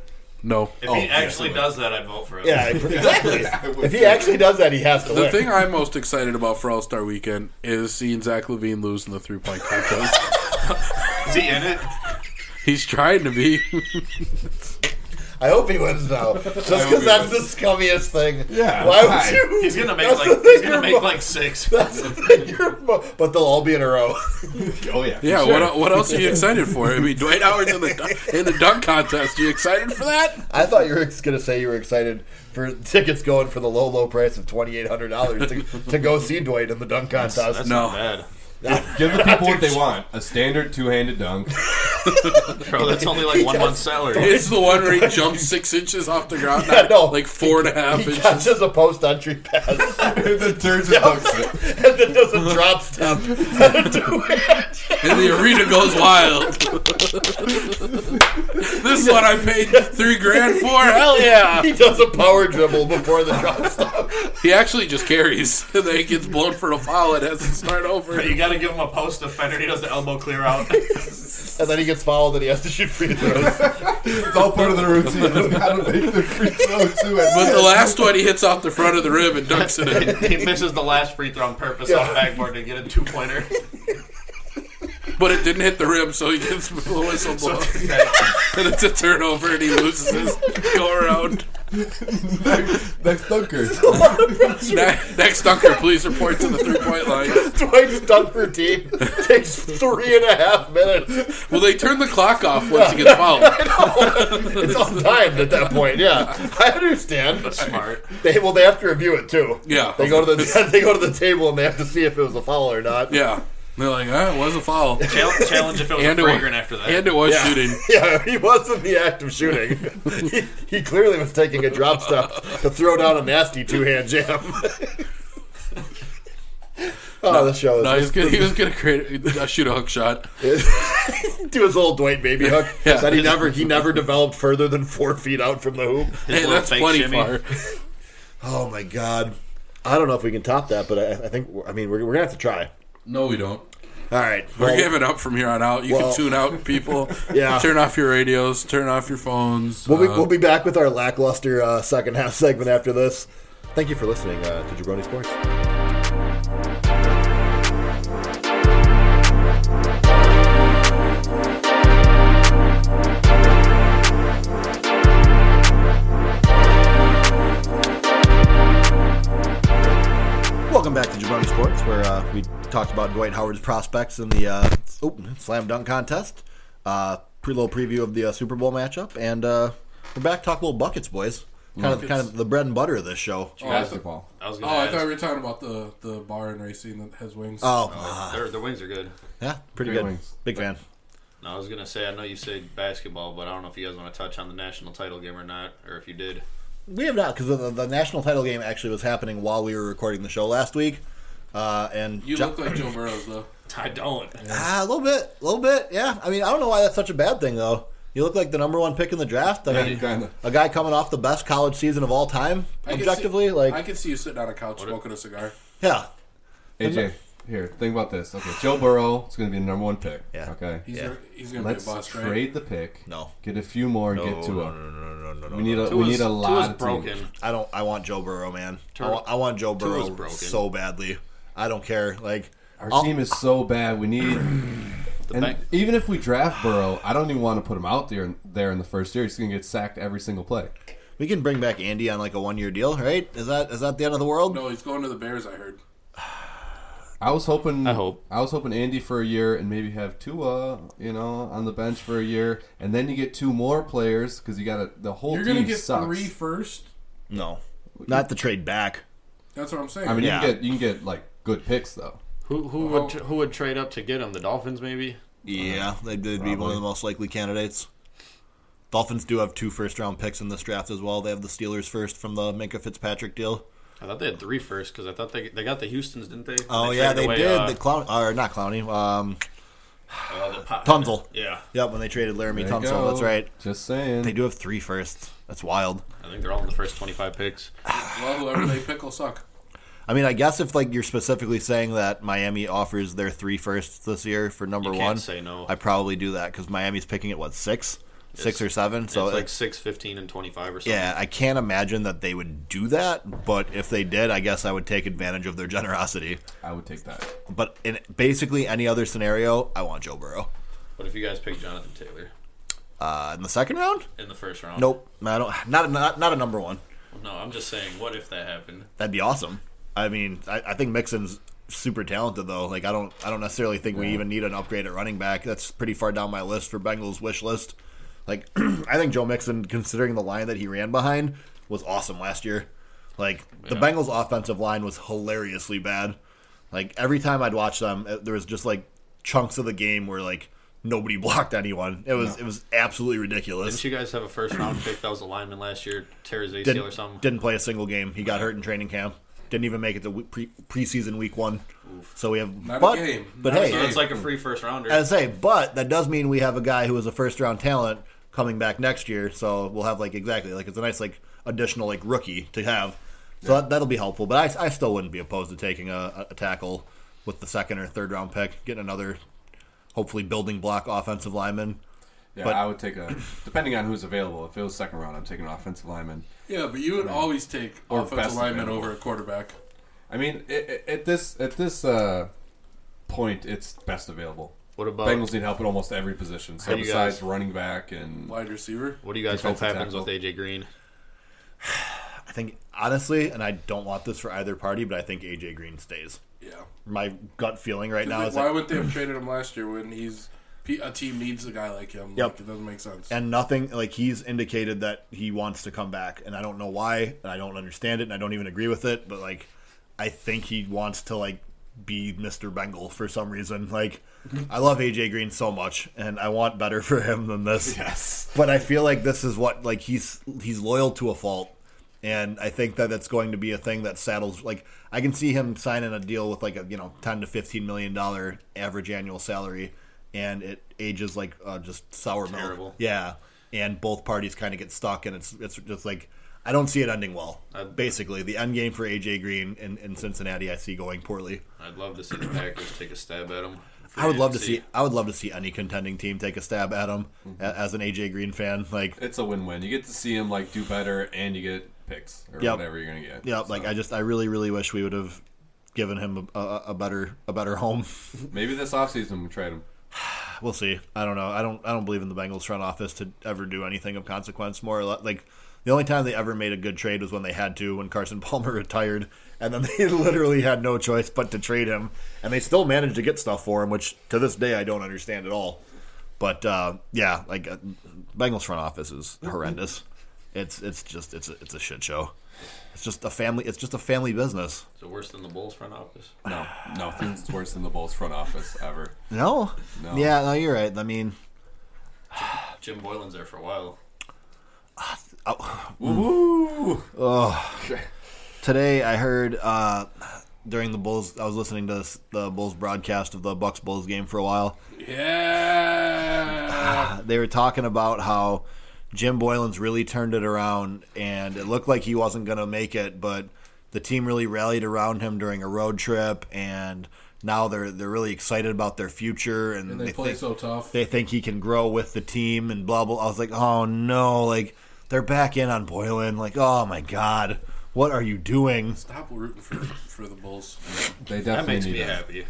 S2: no,
S3: If
S4: Oh,
S3: he
S4: yeah.
S3: actually does that, I'd vote for it.
S1: Yeah, exactly.
S4: would
S1: if he
S4: too.
S1: actually does that, he has to
S2: the
S1: win.
S2: thing I'm most excited about for All Star Weekend is seeing Zach Levine lose in the three point contest.
S3: Is he in it?
S2: He's trying to be.
S1: I hope he wins now, just
S4: I hope
S1: because
S4: he
S1: that's
S4: wins.
S1: the scummiest thing.
S4: Yeah,
S1: why
S4: why?
S1: would you?
S3: He's gonna make
S1: That's the
S3: like
S1: thing
S3: he's gonna
S1: you're
S3: make
S1: mo-
S3: like six.
S1: That's the thing you're mo- but they'll all be in a row.
S4: Oh yeah. for
S2: Yeah,
S4: sure.
S2: what, what else are you excited for? I mean, Dwight Howard's in the dun- in the dunk contest. you excited for that?
S1: I thought you were going to say you were excited for tickets going for the low, low price of twenty eight hundred dollars to, to go see Dwight in the dunk contest.
S3: That's
S2: No.
S3: not bad.
S4: Give the people what they want. A standard two-handed dunk.
S3: Bro, that's only like one month's salary.
S2: It's the one where he jumps six inches off the ground,
S1: Yeah,
S2: not
S1: no.
S2: like four and a half
S1: he
S2: inches.
S1: catches a post entry pass
S4: the turns and dunks it.
S1: and then does a drop step.
S2: and the arena goes wild. this is what I paid three grand for. Hell yeah!
S1: He does a power dribble before the drop step.
S2: He actually just carries, and then he gets blown for a foul and has to start over.
S3: You gotta give him a post defender. He does the elbow clear out.
S1: And then he gets fouled and he has to shoot free throws.
S4: It's all part of the routine. You gotta make the free throw too.
S2: But the last one, he hits off the front of the rim and dunks it in.
S3: he misses the last free throw on purpose on the backboard to get a two pointer.
S2: But it didn't hit the rim, so he gets the whistle blown. and it's a turnover, and he loses his go around.
S4: next dunker.
S2: Ne- Next dunker, please report to the three point line.
S1: Dwight's dunk routine takes three and a half minutes.
S2: Well, they turn the clock off once he gets fouled.
S1: It's on time at that point. Yeah, I understand.
S3: Smart.
S1: They well, they have to review it too.
S2: Yeah.
S1: they go to the they go to the table and they have to see if it was a foul or not.
S2: Yeah. They're like, ah, it was a foul.
S3: Challenge, challenge if it was
S2: And
S3: a
S2: it wa-
S3: fragrant after that.
S2: And it was
S1: Yeah.
S2: shooting.
S1: Yeah, he was in the act of shooting. he, he clearly was taking a drop step to throw down a nasty two hand jam. oh, the show
S2: No,
S1: is
S2: he's gonna, he was going to create a, shoot a hook shot.
S1: do his old Dwight baby hook
S2: Yeah.
S1: that he never he never developed further than four feet out from the hoop.
S3: His
S2: Hey,
S3: little
S2: that's
S3: fake
S2: plenty
S3: shimmy.
S2: far.
S1: Oh my god, I don't know if we can top that, but I, I think I mean we're, we're gonna have to try.
S2: No, we don't.
S1: All right,
S2: We're
S1: well,
S2: giving up from here on out. You
S1: Well-
S2: can tune out, people.
S1: Yeah.
S2: Turn off your radios. Turn off your phones.
S1: We'll be,
S2: uh,
S1: we'll be back with our lackluster uh, second half segment after this. Thank you for listening uh, to Jabroni Sports. Welcome back to Jabroni Sports, where uh, we talked about Dwight Howard's prospects in the uh, oh, slam dunk contest. Uh, pre little preview of the uh, Super Bowl matchup, and uh, we're back to talk little buckets, boys. Kind of, kind of the bread and butter of this show.
S4: Basketball.
S3: I was
S2: Oh,
S3: gonna
S2: I
S3: ask.
S2: thought we were talking about the, the bar and racing that has wings.
S4: Uh,
S1: Oh,
S3: their, their wings are good.
S1: yeah, pretty
S4: Great
S1: good.
S4: wings.
S1: Big fan.
S3: No, I was gonna say I know you said basketball, but I don't know if you guys want to touch on the national title game or not, or if you did.
S1: We have not because the, the national title game actually was happening while we were recording the show last week, uh, and
S2: you
S1: Jo-
S2: look like Joe Burrows, though.
S3: I don't.
S1: Ah, a little bit, a little bit. Yeah, I mean, I don't know why that's such a bad thing though. You look like the number one pick in the draft. I mean,
S4: Kinda.
S1: a guy coming off the best college season of all time,
S2: I could
S1: objectively.
S2: see-
S1: like,
S2: I could see you sitting on a couch smoking a cigar.
S1: yeah,
S4: AJ, here, think about this. Okay, Joe Burrow is going to be the number one pick.
S1: Yeah.
S4: Okay.
S2: He's
S1: Yeah.
S2: gonna, he's gonna
S4: Let's
S2: be a bust, right?
S4: trade the pick.
S1: No.
S4: Get a few more. and get
S1: no,
S4: two.
S1: no, no, no, no, no, no,
S4: We need
S1: no.
S4: a we
S3: Tua's-
S4: need a lot
S3: Tua's
S4: of
S3: broken.
S4: teams.
S1: I don't. I want Joe Burrow, man. I
S3: Tur-
S1: want, I want Joe
S3: Tua's
S1: Burrow
S3: broken.
S1: so badly. I don't care. Like,
S4: Our
S1: I'll-
S4: team is so bad. We need
S3: The
S4: and
S3: bank,
S4: even if we draft Burrow, I don't even want to put him out there there in the first year. He's going to get sacked every single play.
S1: we can bring back Andy on like a one year deal, right? Is that is that the end of the world?
S2: No, he's going to the Bears. I heard.
S4: I was hoping.
S3: I hope.
S4: I was hoping Andy for a year and maybe have Tua, you know, on the bench for a year, and then you get two more players because you got a, the whole
S2: You're
S4: team
S2: gonna get
S4: sucks.
S2: three first.
S1: No, not the trade back.
S2: That's what I'm saying.
S4: I mean,
S1: Yeah.
S4: you can get you can get like good picks though.
S3: who who would who would trade up to get him? The Dolphins, maybe.
S1: Yeah, they'd, they'd be one of the most likely candidates. Dolphins do have two first round picks in this draft as well. They have the Steelers first from the Minka Fitzpatrick deal.
S3: I thought they had three first because I thought they they got the Houston's, didn't they?
S1: Oh yeah,
S3: traded
S1: they
S3: away,
S1: did.
S3: uh,
S1: the clown or not Clowney. Um,
S3: uh, the pot-
S1: Tunzel.
S3: Yeah,
S1: Yep, when they traded Laramie
S4: There you
S1: Tunsil.
S4: go.
S1: That's right.
S4: Just saying.
S1: They do have three firsts. That's wild.
S3: I think they're all in the first twenty-five picks.
S2: well, whoever they pick will suck.
S1: I mean, I guess if like you're specifically saying that Miami offers their three firsts this year for number
S3: You can't
S1: one,
S3: say no.
S1: I probably do that because Miami's picking at what six, six or seven. So
S3: it's
S1: it-
S3: like six, fifteen, and twenty-five or something.
S1: Yeah, I can't imagine that they would do that, but if they did, I guess I would take advantage of their generosity.
S4: I would take that.
S1: But in basically any other scenario, I want Joe Burrow.
S3: What if you guys pick Jonathan Taylor
S1: Uh, in the second round?
S3: in the first round?
S1: Nope. I don't. Not not not a number one.
S3: No, I'm just saying. What if that happened?
S1: That'd be awesome. I mean, I, I think Mixon's super talented though. Like I don't I don't necessarily think we even need an upgrade at running back. That's pretty far down my list for Bengals wish list. Like I think Joe Mixon, considering the line that he ran behind, was awesome last year. Like the
S3: Yeah.
S1: Bengals offensive line was hilariously bad. Like every time I'd watch them, it- there was just like chunks of the game where like nobody blocked anyone. It was it was absolutely ridiculous.
S3: Didn't you guys have a first round pick that was a lineman last year, Terry's ACL or something?
S1: didn't, didn't play a single game. He got hurt in training camp. Didn't even make it to we- pre- preseason week one. So we have
S2: Not a
S1: but,
S2: game.
S1: But
S2: Not a
S1: hey,
S3: so
S2: game.
S3: it's like a free first rounder.
S1: I say, but that does mean we have a guy who is a first round talent coming back next year. So we'll have like exactly like it's a nice like additional like rookie to have. So that, that'll be helpful. But I, I still wouldn't be opposed to taking a, a- a tackle with the second or third round pick, getting another hopefully building block offensive lineman.
S4: Yeah,
S1: But-
S4: I would take a depending on who's available. If it was second round, I'm taking an offensive lineman.
S2: Yeah, but you would always take offensive
S4: best
S2: lineman
S4: available.
S2: over a quarterback.
S4: I mean, i i at this at this uh, point, it's best available.
S3: what about
S4: Bengals need help at almost every position. So
S3: How you
S4: besides
S3: guys-
S4: running back and
S2: Wide receiver.
S3: what do you guys hope
S4: defensive
S3: happens
S4: tackle?
S3: with AJ Green?
S1: I think honestly, and I don't want this for either party, but I think AJ Green stays.
S2: Yeah.
S1: my gut feeling right now is
S2: why
S1: that,
S2: would they have traded him last year when he's a team needs a guy like him?
S1: Yep.
S2: Like, it doesn't make sense.
S1: and nothing like he's indicated that he wants to come back and I don't know why and I don't understand it and I don't even agree with it but like I think he wants to like be Mr. Bengal for some reason like I love AJ Green so much and I want better for him than this
S4: yes,
S1: but I feel like this is what like he's he's loyal to a fault, and I think that that's going to be a thing that saddles. Like I can see him signing a deal with like a you know ten to fifteen million dollar average annual salary, and it ages like uh, just sour milk.
S3: Terrible.
S1: Yeah, and both parties kind of get stuck, and it's it's just like. I don't see it ending well. Basically, the end game for AJ Green in, in Cincinnati, I see going poorly.
S3: I'd love to see the Packers take a stab at him.
S1: I would love to see. I would love to see any contending team take a stab at him. a- As an AJ Green fan, like
S4: it's a win-win. You get to see him like do better, and you get picks or
S1: Yep.
S4: whatever you're gonna get.
S1: Yeah, like I just, I really, really wish we would have given him a, a, a better, a better home.
S4: Maybe this offseason we trade him.
S1: we'll see. I don't know. I don't, I don't believe in the Bengals front office to ever do anything of consequence. More or less, like The only time they ever made a good trade was when they had to, when Carson Palmer retired, and then they literally had no choice but to trade him, and they still managed to get stuff for him, which to this day I don't understand at all. But uh, yeah, like uh, Bengals front office is horrendous. It's it's just it's a, it's a shit show. It's just a family. It's just a family business.
S3: Is it worse than the Bulls front office?
S4: No, no, things worse than the Bulls front office ever.
S1: No.
S4: No.
S1: Yeah. No, you're right. I mean,
S3: Jim Boylan's there for a while.
S1: oh,
S4: Woo!
S1: today I heard uh, during the Bulls. I was listening to this, the Bulls broadcast of the Bucks Bulls game for a while.
S2: Yeah.
S1: They were talking about how Jim Boylan's really turned it around, and it looked like he wasn't going to make it, but the team really rallied around him during a road trip, and now they're they're really excited about their future, and,
S2: And they play
S1: think-
S2: so tough.
S1: they think he can grow with the team and blah blah. I was like, oh no, like they're back in on Boylan. Like, oh my god, what are you doing?
S2: Stop rooting for, for the Bulls.
S4: They
S3: That
S4: definitely
S3: makes me
S4: need that.
S3: happy.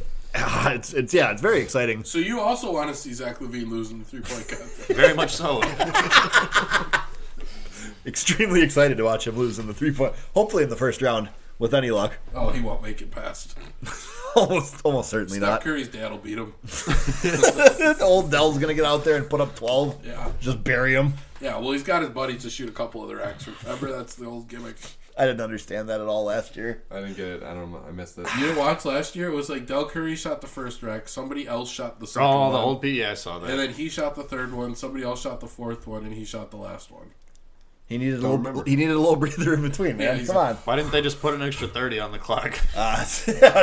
S1: it's it's yeah, it's very exciting.
S2: So you also want to see Zach Levine losing the three point contest?
S3: Very much so.
S1: Extremely excited to watch him lose in the three point. Hopefully in the first round with any luck.
S2: Oh, he won't make it past.
S1: almost almost certainly
S2: Steph Curry's dad will beat him.
S1: not. Old Dell's gonna get out there and put up twelve.
S2: Yeah.
S1: Just bury him.
S2: Yeah, well, he's got his buddy to shoot a couple other acts. Remember, that's the old gimmick.
S1: I didn't understand that at all last year.
S4: I didn't get it. I don't. know. I missed it.
S2: You didn't watch last year? It was like Del Curry shot the first rack, somebody else shot the second
S3: Oh,
S2: one,
S3: the old P. Yeah, I saw that.
S2: and then he shot the third one, somebody else shot the fourth one, and he shot the last one.
S1: He needed a little.
S4: remember.
S1: He needed a little breather in between, man.
S2: he's
S1: Come
S2: a-
S1: on.
S3: Why didn't they just put an extra 30 on the clock?
S1: Uh,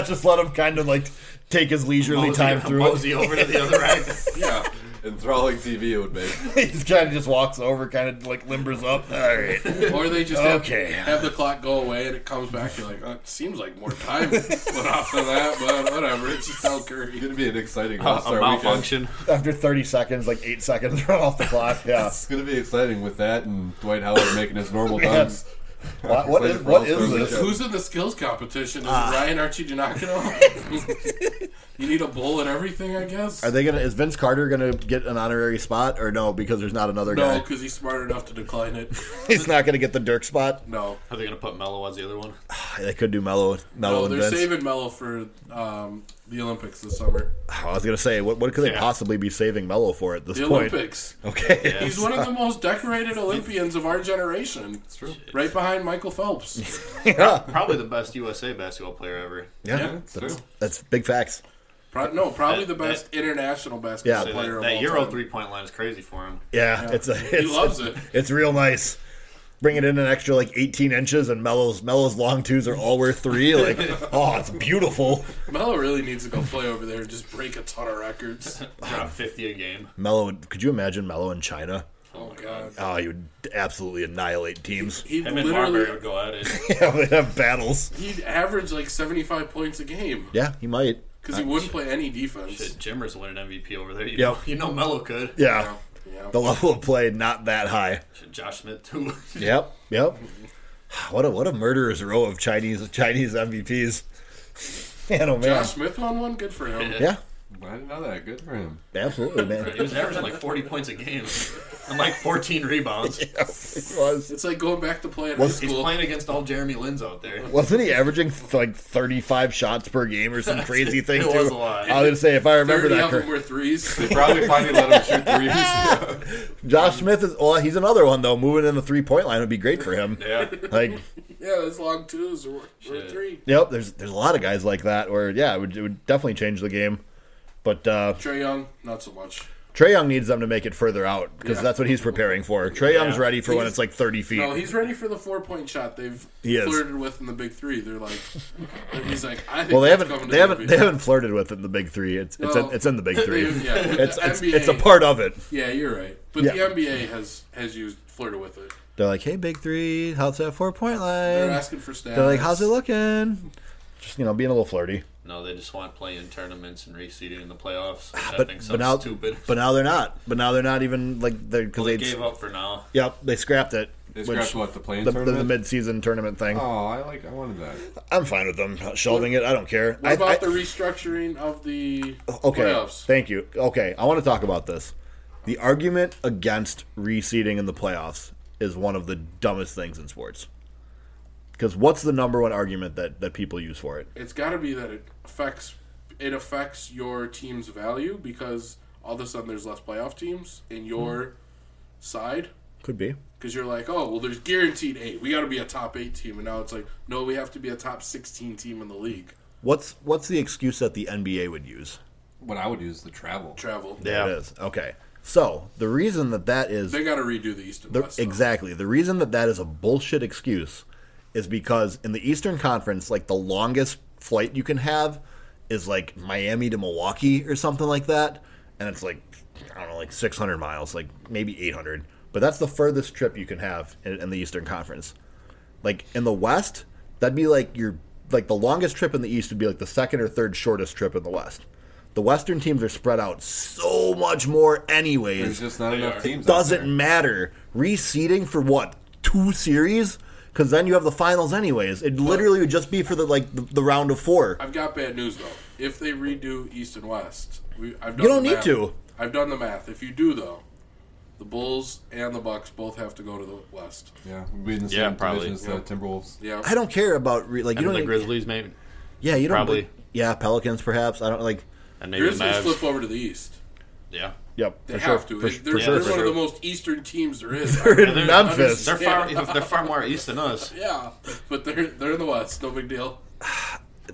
S1: just let him kind of like take his leisurely
S3: Mosey-
S1: time through it.
S3: Mosey over to the other rack.
S2: Yeah.
S4: Enthralling TV it would make.
S1: He's kind of just walks over, kind of like limbers up. All right.
S2: Or they just have,
S1: Okay.
S2: have the clock go away and it comes back. You're like, oh, it seems like more time went off than that, but whatever. It's just Del
S4: It's
S2: Curry.
S4: gonna be an exciting
S3: A,
S4: All-Star weekend.
S3: malfunction.
S1: After 30 seconds, like eight seconds run off the clock. Yeah.
S4: It's gonna be exciting with that and Dwight Howard making his normal
S1: Yes.
S4: dunks.
S1: What- what is-
S4: Excited for
S1: what
S4: All-Star
S1: is this?
S4: weekend.
S2: Who's in the skills competition? Is
S1: Ah.
S2: it Ryan Archie Giannakino? you need a bull and everything, I guess.
S1: Are they gonna? Is Vince Carter gonna get an honorary spot or no? Because there's not another
S2: no,
S1: guy.
S2: because he's smart enough to decline it.
S1: He's not gonna get the Dirk spot.
S2: No.
S3: Are they going to put Melo as the other one?
S1: They could do Mello, Mello
S2: No,
S1: and
S2: they're
S1: Vince.
S2: saving Mello for um, the Olympics this summer.
S1: I was gonna say, what, what could they
S3: Yeah.
S1: possibly be saving Mello for at this
S2: The
S1: point?
S2: Olympics.
S1: Okay.
S2: He's one of the most decorated Olympians of our generation. It's
S4: true.
S2: Right behind Michael Phelps.
S3: Probably the best USA basketball player ever.
S1: Yeah,
S2: Yeah,
S1: that's,
S4: true.
S1: that's big facts.
S2: Pro- no, probably the
S3: That-
S2: best international
S1: Yeah.
S2: basketball
S1: Say
S3: That,
S2: player of
S3: that
S2: all
S3: Euro
S2: time.
S3: three point line is crazy for him.
S1: Yeah, it's a. It's,
S2: He loves it.
S1: It's real nice. Bring it in an extra like 18 inches, and Mello's Mello's long twos are all worth three. Like, oh, it's beautiful.
S2: Melo really needs to go play over there and just break a ton of records.
S3: Drop 50 a game.
S1: Mello, could you imagine Mello in China?
S2: Oh god.
S1: Oh, he would absolutely annihilate teams.
S2: He
S3: Him and Marbury
S2: literally
S3: would go at it.
S1: yeah, they have battles.
S2: he'd average like 75 points a game
S1: Yeah, he might.
S2: cuz he wouldn't play any defense.
S3: Shit, Jimmer's winning MVP over there. You,
S1: Yeah.
S3: know, you know Melo could.
S1: Yeah,
S2: Yeah.
S1: the level of play not that high.
S3: Shit, Josh Smith too.
S1: Yep, yep. What a what a murderer's row of Chinese Chinese MVPs. Man, oh man.
S2: Josh Smith won one good for him.
S1: Yeah,
S4: I didn't know that. Good for him.
S1: absolutely, man.
S3: he was averaging like 40 points a game and like 14 rebounds.
S1: it was.
S2: It's like going back to playing high
S1: Was-
S3: He's
S2: school.
S3: playing against all Jeremy Lin's out there.
S1: Wasn't he averaging like 35 shots per game or some crazy thing?
S3: It
S1: too?
S3: was a lot.
S1: I was gonna say if I remember
S2: 30
S1: that.
S2: of them
S1: Cor-
S2: were threes.
S4: They probably finally let him shoot threes.
S1: Josh Smith is. Well, he's another one though. Moving in the three point line would be great for him.
S3: Yeah.
S1: Like,
S2: Yeah, those long twos were, were
S3: Shit.
S2: three.
S1: yep. There's there's a lot of guys like that. Where yeah, it would, it would definitely change the game. But uh,
S2: Trey Young, not so much.
S1: Trey Young needs them to make it further out because
S2: Yeah.
S1: that's what he's preparing for. Trey Young's
S3: Yeah.
S1: ready for when
S2: He's-
S1: it's like 30 feet.
S2: No, he's ready for the four point shot they've
S1: He is.
S2: flirted with in the big three. They're like, he's like, I think
S1: well, they
S2: that's coming
S1: haven't
S2: to
S1: they
S2: the
S1: haven't
S2: NBA.
S1: they haven't flirted with it in the big three. It's it's in,
S2: No.
S1: it's in the big three.
S2: They- yeah, with
S1: It's
S2: the
S1: it's,
S2: NBA,
S1: it's a part of it.
S2: Yeah, you're right. But
S1: Yeah.
S2: the NBA has has used flirted with it.
S1: They're like, hey, big three, how's that four point line?
S2: They're asking for stats.
S1: They're like, how's it looking? Just you know, being a little flirty.
S3: No, they just want playing tournaments and reseeding in the playoffs. Which I
S1: But
S3: think
S1: but
S3: sounds
S1: now
S3: stupid.
S1: but now they're not. But now they're not even like they're because
S3: Well, they
S1: they
S3: gave up for now.
S1: Yep, they scrapped it.
S4: They
S1: which-
S4: scrapped what the playing
S1: the, the,
S4: tournament.
S1: the mid-season tournament thing.
S4: oh, I like. I wanted that.
S1: I'm fine with them shelving it. I don't care.
S2: What
S1: I-
S2: about
S1: I- Oh,
S2: the restructuring of the
S1: okay.
S2: playoffs?
S1: Thank you. Okay, I want to talk about this. The argument against reseeding in the playoffs is one of the dumbest things in sports. Because what's the number one argument that, that people use for it?
S2: it's got to be that it affects it affects your team's value because all of a sudden there's less playoff teams
S1: Mm-hmm.
S2: in your side
S1: Could be.
S2: because you're like, oh well, there's guaranteed eight. We got to be a top eight team, and now it's like, no, we have to be a top sixteen team in the league.
S1: What's what's the excuse that the NBA would use?
S4: What I would use is the travel.
S2: Travel.
S1: It
S3: Yeah.
S1: is okay. So the reason that that is
S2: They got to redo the East and
S1: The-
S2: West. though.
S1: exactly. The reason that that is a bullshit excuse is because in the Eastern Conference, like the longest flight you can have is like Miami to Milwaukee or something like that, and it's like I don't know, like 600 miles, like maybe 800. But that's the furthest trip you can have in, in the Eastern Conference. Like in the West, that'd be like your like the longest trip in the East would be like the second or third shortest trip in the West. The Western teams are spread out so much more, anyways
S4: There's just not enough teams. out
S1: doesn't
S4: there.
S1: matter. Reseeding for what? Two series? Because then you have the finals anyways. It literally would just be for the like the, the round of four.
S2: I've got bad news though. If they redo East and West, we, I've done
S1: You don't
S2: the
S1: need
S2: math.
S1: to.
S2: I've done the math. If you do though, the Bulls and the Bucks both have to go to the West.
S4: Yeah, we'd be in the same
S3: Yeah, probably.
S4: division as the
S2: Yeah.
S4: Timberwolves.
S2: Yeah,
S1: I don't care about re- like you
S3: And
S1: don't
S3: the
S1: need-
S3: Grizzlies maybe,
S1: yeah you don't
S3: probably.
S1: yeah Pelicans perhaps I don't like
S3: and maybe the
S2: Grizzlies
S3: Mavs.
S2: flip over to the East.
S3: Yeah.
S1: yep
S2: They have to. They- they're
S1: sure.
S2: they're one
S3: sure.
S2: of the most Eastern teams there is.
S1: in
S3: They're-
S1: Memphis.
S3: They're far. They're far more east than us.
S2: yeah, but they're they're in the West. No big deal.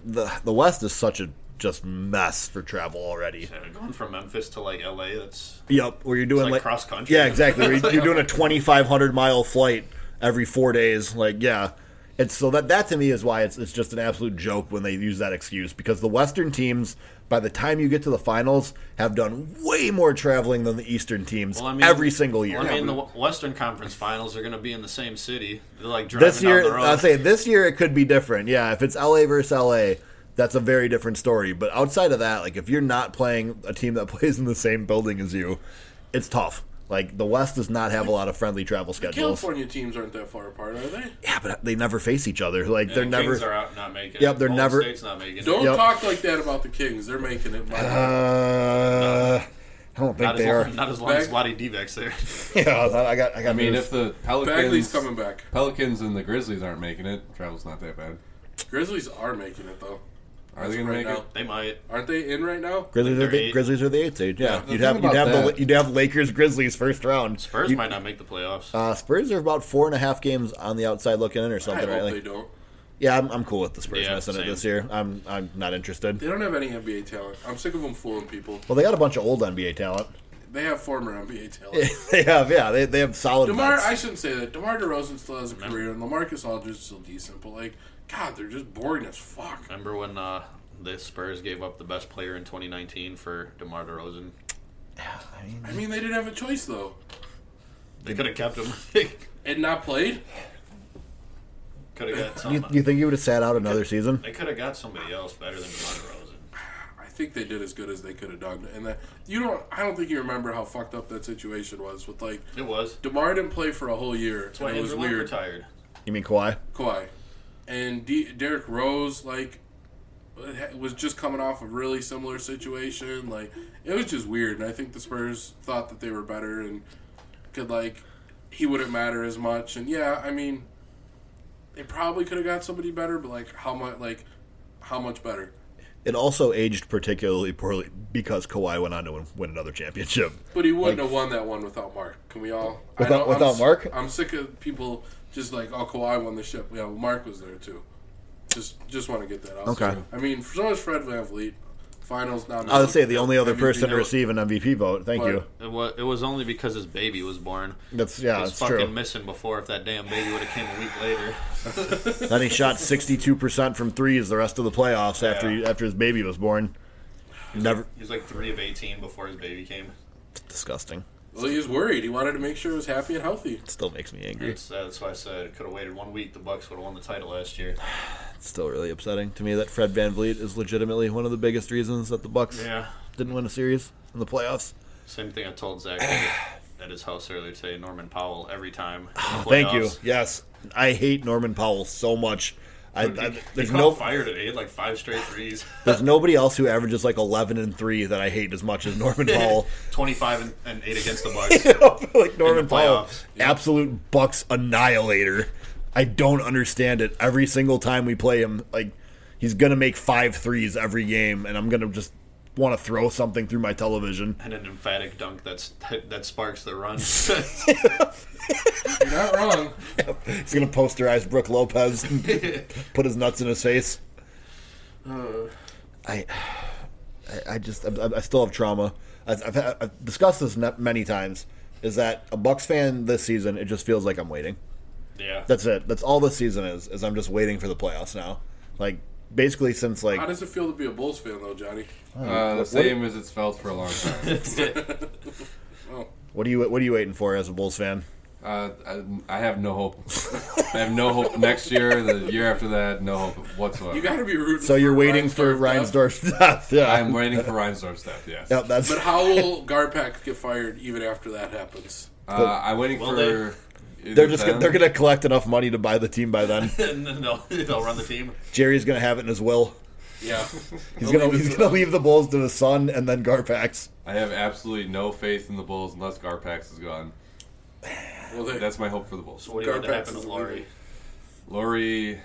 S1: the the West is such a just mess for travel already.
S3: Yeah, going from Memphis to like LA, that's
S1: Yep, where you're doing
S3: like
S1: like,
S3: cross country.
S1: Yeah, exactly. Where you're doing a 2,500 mile flight every four days. Like, yeah, it's so that that to me is why it's it's just an absolute joke when they use that excuse because the Western teams, by the time you get to the finals, have done way more traveling than the Eastern teams
S3: Well, I mean-
S1: every single year.
S3: Well, I mean, the W- Western Conference Finals are going to be in the same city. They're like driving
S1: this year,
S3: down the road.
S1: I'll say this year it could be different. Yeah, if it's LA versus LA. That's a very different story. But outside of that, like if you're not playing a team that plays in the same building as you, it's tough. Like the West does not have a lot of friendly travel schedules.
S2: California teams aren't that far apart, are they?
S1: Yeah, but they never face each other. Like they're
S3: Kings
S1: never.
S3: are out not making.
S1: Yep,
S3: it.
S1: they're
S3: Golden
S1: never-
S3: State's not making.
S2: Don't
S1: Yep. Uh-huh.
S2: talk like that about the Kings. They're making it. My
S1: uh, I don't think
S3: Not as,
S1: they are.
S3: long, not as long as
S2: Back-
S3: Lottie Devek's there.
S1: Yeah, I got. I got.
S4: I mean, if the
S2: Bagley's
S4: Pelicans,
S2: coming back.
S4: Pelicans and the Grizzlies aren't making it, travel's not that bad.
S2: Grizzlies are making it though.
S4: Are they
S2: As of
S4: going
S2: right
S4: to make
S2: now.
S4: it?
S3: They might.
S2: Aren't they in right now?
S1: Grizzlies are
S3: they're
S1: the,
S3: eight.
S1: Grizzlies are the eighth seed. Yeah,
S4: the
S1: you'd
S4: thing
S1: have you'd
S4: about
S1: have the
S4: that-
S1: you'd have Lakers Grizzlies first round.
S3: Spurs
S1: You-
S3: might not make the playoffs.
S1: Uh, Spurs are about four and a half games on the outside looking in or
S2: I
S1: something.
S2: hope
S1: Right?
S2: they
S1: Like,
S2: don't.
S1: yeah, I'm, I'm cool with the Spurs
S3: Yeah,
S1: missing it
S3: same.
S1: this year. I'm I'm not interested.
S2: They don't have any NBA talent. I'm sick of them fooling people.
S1: Well, they got a bunch of old NBA talent.
S2: They have former NBA talent.
S1: they have yeah. They, they have solid.
S2: DeMar,
S1: vets.
S2: I shouldn't say that. DeMar DeRozan still has a career, and LaMarcus Aldridge is still decent, but like, God, they're just boring as fuck.
S3: Remember when uh, the Spurs gave up the best player in 2019 for DeMar DeRozan?
S1: I mean,
S2: I mean, they didn't have a choice though,
S3: They could have kept him.
S2: and not played.
S3: could have got
S1: you,
S3: some.
S1: you think you would have sat out another season?
S3: They could have got somebody else better than DeMar DeRozan.
S2: I think they did as good as they could have done, and that you don't. I don't think you remember how fucked up that situation was with like
S3: It was.
S2: DeMar didn't play for a whole year,
S3: That's why
S2: and it was
S3: Andrew Luck
S2: weird.
S3: retired.
S1: You mean Kawhi?
S2: Kawhi and D- Derek Rose like was just coming off a really similar situation. Like it was just weird, and I think the Spurs thought that they were better and could like he wouldn't matter as much. And yeah, I mean, they probably could have got somebody better, but like how much like how much better?
S1: It also aged particularly poorly because Kawhi went on to win- win another championship.
S2: But he wouldn't have won that one without Mark. Can we all I
S1: Without-
S2: know I'm
S1: without
S2: s-
S1: Mark?
S2: I'm sick of people just like, oh, Kawhi won the ship. Yeah, well, Mark was there too. Just just want to get that out.
S1: Okay.
S2: I mean, for so much Fred VanVleet, finals not.
S1: I would say the only other
S2: MVP
S1: person to
S2: vote.
S1: receive an MVP vote. Thank
S2: But-
S1: you.
S3: It was, it was only because his baby was born.
S1: That's yeah,
S3: He's
S1: that's
S3: fucking
S1: true.
S3: missing before if that damn baby would have came a week later.
S1: Then he shot sixty-two percent from threes the rest of the playoffs after he,
S3: Yeah.
S1: after his baby was born. Never
S3: He was like three of eighteen before his baby came.
S1: disgusting.
S2: Well, he was worried. He wanted to make sure he was happy and healthy.
S1: Still makes me angry.
S3: That's, uh, that's why I said could have waited one week. The Bucks would have won the title last year.
S1: It's still really upsetting to me that Fred Van VanVleet is legitimately one of the biggest reasons that the Bucks
S3: Yeah.
S1: didn't win a series in the playoffs.
S3: Same thing I told Zach at his house earlier today. Norman Powell every time. in the
S1: Thank you.
S3: playoffs.
S1: Yes, I hate Norman Powell so much. I,
S3: He-
S1: I,
S3: he
S1: there's
S3: caught
S1: no
S3: fire today. He had like five straight threes.
S1: there's nobody else who averages like 11 and three that I hate as much as Norman Powell.
S3: Twenty-five and, and eight against the Bucks.
S1: like Norman Powell,
S3: playoffs.
S1: absolute Bucks annihilator. I don't understand it. Every single time we play him, like he's gonna make five threes every game, and I'm gonna just want to throw something through my television.
S3: and an emphatic dunk that's that sparks the run.
S4: You're not wrong.
S1: He's gonna posterize Brooke Lopez, and put his nuts in his face.
S2: Uh.
S1: I, I, I just, I, I still have trauma. I've, I've, I've discussed this n- many times. Is that a Bucks fan this season? It just feels like I'm waiting.
S3: yeah,
S1: That's it. That's all this season is. Is I'm just waiting for the playoffs now. Like basically since like
S2: How does it feel to be a Bulls fan, though, Johnny?
S1: Hmm.
S4: Uh, the same as it's felt for a long time.
S1: what are you what are you waiting for as a Bulls fan?
S4: Uh, I, I have no hope. I have no hope next year, the year after that, no hope whatsoever.
S2: You got to be rooting.
S1: So you're waiting for
S2: Reinsdorf, Duff.
S1: Reinsdorf's death. Yeah.
S4: I'm waiting for Reinsdorf's death, yes.
S1: Yep, that's
S2: But how will Garpak get fired even after that happens?
S4: Uh, I'm waiting
S3: Will
S4: for. either
S1: they're just
S4: them-
S1: gonna, they're going to collect enough money to buy the team by then.
S3: they'll, they'll run the team.
S1: Jerry's going to have it in his will.
S2: Yeah,
S1: He's going to he's going to leave the Bulls to his son and then Garpax.
S4: I have absolutely no faith in the Bulls unless Garpax is gone.
S2: Well, they,
S4: That's my hope for the Bulls.
S3: What do you want to
S2: Garpax
S3: happen to
S2: is
S3: Laurie?
S2: leaving.
S4: Laurie,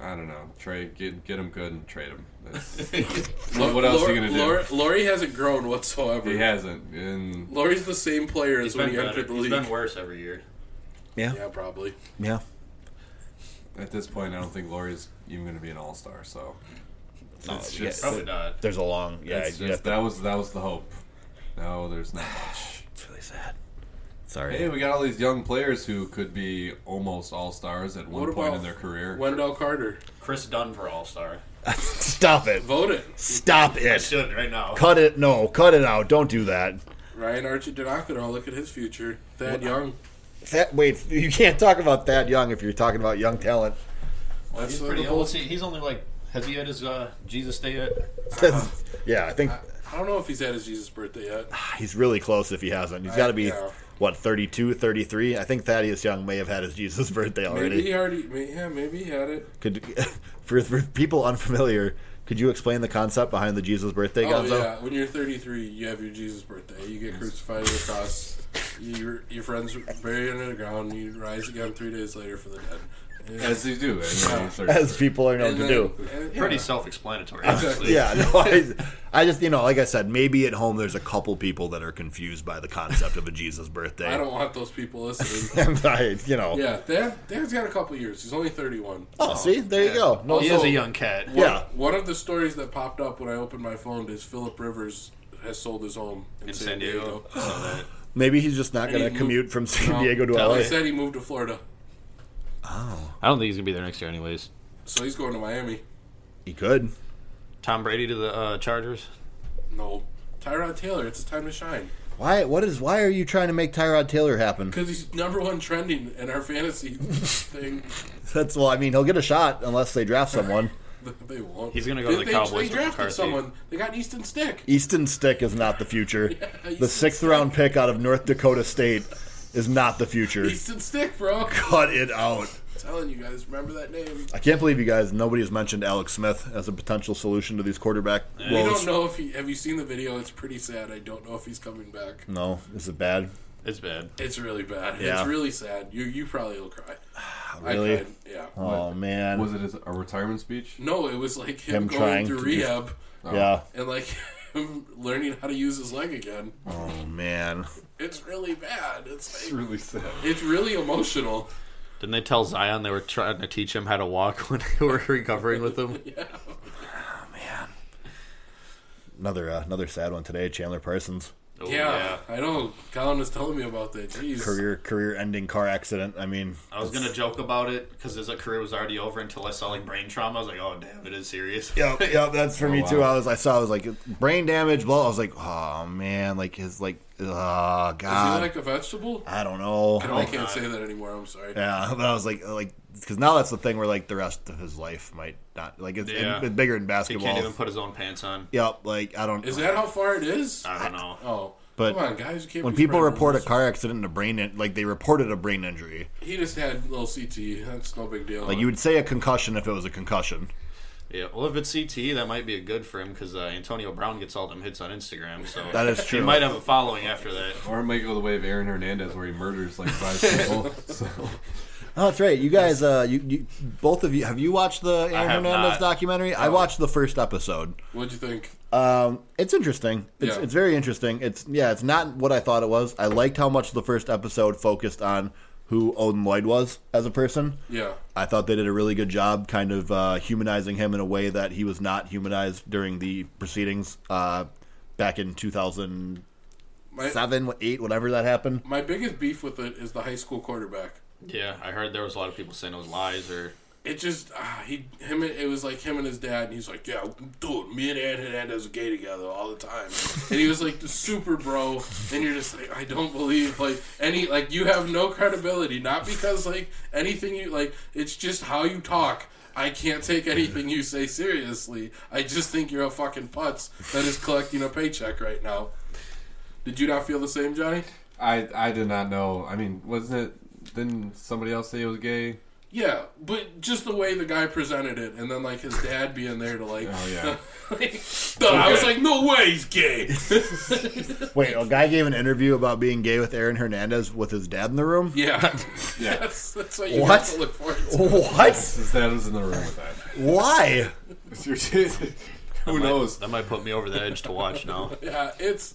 S4: I don't know. Trade get get him good and trade him. That's- what what else are you gonna do?
S2: Lori, Lori hasn't grown whatsoever.
S4: He hasn't. And
S2: Lori's the same player as
S3: He's
S2: when
S3: been,
S2: he
S3: better.
S2: entered the
S3: He's
S2: league.
S3: been worse every year.
S1: Yeah.
S2: Yeah, probably.
S1: Yeah.
S4: at this point, I don't think Laurie's even gonna be an All Star. So it's
S1: yeah.
S4: just,
S3: Probably not.
S1: There's a long yeah,
S4: it's
S1: you
S4: just-
S1: have to-
S4: that was that was the hope. No, there's not much.
S1: it's really sad. Sorry.
S4: Hey, we got all these young players who could be almost All Stars at one
S2: What
S4: point
S2: about
S4: in their career.
S2: Wendell Carter,
S3: Chris Dunn for All Star.
S1: Stop it.
S2: vote it.
S1: Stop it.
S3: Should right now.
S1: Cut it. No, cut it out. Don't do that.
S2: Ryan Archidinokidor, look at his future. Thad Young.
S1: That wait, you can't talk about that young if you're talking about young talent.
S2: That's
S3: He's
S2: what
S3: pretty
S2: the
S3: old.
S2: Bulls-
S3: See, he's only like. Has he had his uh, Jesus Day yet?
S1: yeah, I think
S2: I don't know if he's had his Jesus birthday yet.
S1: he's really close if he hasn't. He's got to be,
S2: yeah.
S1: what, 32, 33? I think Thaddeus Young may have had his Jesus birthday
S2: Maybe he
S1: already.
S2: already. may- Yeah, maybe he had it.
S1: Could for, for people unfamiliar, could you explain the concept behind the Jesus birthday,
S2: Oh
S1: Gonzo?
S2: yeah, when you're 33, you have your Jesus birthday. You get crucified at the cross. Your your friends bury under the ground. You rise again three days later for the dead. And-
S4: As they do. and they're-
S1: As people are known
S2: and
S1: to
S2: then-
S1: do.
S2: and-
S3: Pretty
S2: yeah.
S3: self-explanatory, honestly.
S1: Yeah, no, I, I just, you know, like I said, maybe at home there's a couple people that are confused by the concept of a Jesus birthday.
S2: I don't want those people listening.
S1: And I, you know.
S2: yeah, Thad, Thad's got a couple years. He's only 31.
S1: Oh, see? There you go. No,
S3: He
S1: so-
S3: is a young cat.
S1: Yeah.
S2: One of the stories that popped up when I opened my phone is Philip Rivers has sold his home in,
S3: In
S2: San,
S3: San Diego.
S2: Diego.
S1: Maybe he's just not
S2: he
S1: going to
S2: moved-
S1: commute from San Diego to
S3: Tell
S1: LA.
S2: He said he moved to Florida,
S3: I don't think he's gonna be there next year, anyways.
S2: so he's going to Miami.
S1: He could.
S3: Tom Brady to the uh, Chargers.
S2: No, Tyrod Taylor, it's his time to shine.
S1: Why? What is? Why are you trying to make Tyrod Taylor happen?
S2: Because he's number one trending in our fantasy thing.
S1: That's well. I mean, he'll get a shot unless they draft someone.
S2: They won't.
S3: He's gonna go to the
S2: they,
S3: Cowboys
S2: They
S3: with
S2: drafted
S3: McCarthy.
S2: someone. They got Easton Stick.
S1: Easton Stick is not the future. the
S2: Easton
S1: sixth round pick out of North Dakota State is not the future.
S2: Easton Stick, bro. I'm
S1: Cut it out.
S2: telling you guys, remember that name.
S1: I can't believe you guys. Nobody has mentioned Alex Smith as a potential solution to these quarterback
S2: We
S1: woes.
S2: don't know if he. Have you seen the video? It's pretty sad. I don't know if he's coming back.
S1: No, is it bad?
S3: It's bad.
S2: It's really bad.
S1: Yeah.
S2: It's really sad. You you probably will cry. I
S1: Really?
S2: cried. Yeah.
S1: Oh man.
S4: was it his, a retirement speech?
S2: No, it was like him,
S1: Him trying
S2: going through
S1: to do-
S2: rehab
S1: Yeah.
S2: and like him learning how to use his leg again.
S1: Oh man.
S2: It's really bad. It's
S4: It's
S2: like,
S4: really sad.
S2: it's really emotional.
S3: Didn't they tell Zion they were trying to teach him how to walk when they were recovering with him?
S1: Another uh, another sad one today. Chandler Parsons
S3: Oh,
S2: Yeah, I know. Colin was telling me about that. Jeez.
S1: career career ending car accident. I mean,
S3: I was gonna joke about it because his career was already over until I saw like brain trauma. I was like, oh damn, it is serious.
S1: Yep, yep, that's for me
S4: wow.
S1: too. I was, I saw, I was like, brain damage, blah. I was like, oh man, like his, like, oh
S2: Is he
S1: god,
S2: like a vegetable?
S1: I don't know.
S2: I, don't, I
S1: Like,
S2: can't say that anymore. I'm sorry.
S1: yeah, but I was like, like, because now that's the thing where like the rest of his life might not like it's,
S3: Yeah.
S1: it's bigger in
S3: He
S1: basketball.
S3: can't even put his own pants on.
S1: yep, like I don't.
S2: Is that how far it is?
S3: I don't know.
S2: Oh,
S1: But
S2: Come on, guys. You can't
S1: when
S2: be
S1: people
S2: spreading
S1: report a
S2: rumors.
S1: car accident and a brain, in- like they reported a brain injury,
S2: he just had little CTE. That's no big deal.
S1: like you would say a concussion if it was a concussion.
S3: Yeah, well, if it's CTE, that might be a good for him because uh, Antonio Brown gets all them hits on Instagram, so
S1: That is true.
S3: he might have a following after that.
S4: Or it might go the way of Aaron Hernandez, where he murders like five people. So
S1: Oh, that's right. You guys, uh, you, you both of you, have you watched the Aaron
S3: have
S1: Hernandez
S3: not.
S1: documentary? I watched the first episode.
S2: What'd you think?
S1: Um, it's interesting. It's,
S2: Yeah.
S1: it's very interesting. It's yeah, it's not what I thought it was. I liked how much the first episode focused on who Odin Lloyd was as a person.
S2: Yeah.
S1: I thought they did a really good job, kind of uh, humanizing him in a way that he was not humanized during the proceedings uh, back in two thousand
S2: My,
S1: seven, eight, whenever that happened.
S2: my biggest beef with it is the high school quarterback.
S3: Yeah, I heard there was a lot of people saying it was lies or
S2: It just ah, he him it was like him and his dad and he's like yeah dude me and Aaron Hernandez are gay together all the time and he was like the super bro and you're just like I don't believe like any like you have no credibility not because like anything you like it's just how you talk I can't take anything you say seriously I just think you're a fucking putz that is collecting a paycheck right now did you not feel the same Johnny
S4: I I did not know. I mean, wasn't it? Didn't somebody else say it was gay?
S2: yeah but just the way the guy presented it and then like his dad being there to like
S4: Oh yeah.
S2: Duh, I was like, no way he's gay.
S1: Wait, a guy gave an interview about being gay with Aaron Hernandez with his dad in the room.
S2: yeah.
S4: Yeah.
S2: That's, that's what you
S1: What?
S2: have to look for.
S1: What?
S4: Since that was in the room with that.
S1: Why?
S4: Who
S3: Might-
S4: knows?
S3: that might put me over the edge to watch now.
S2: Yeah, it's, it's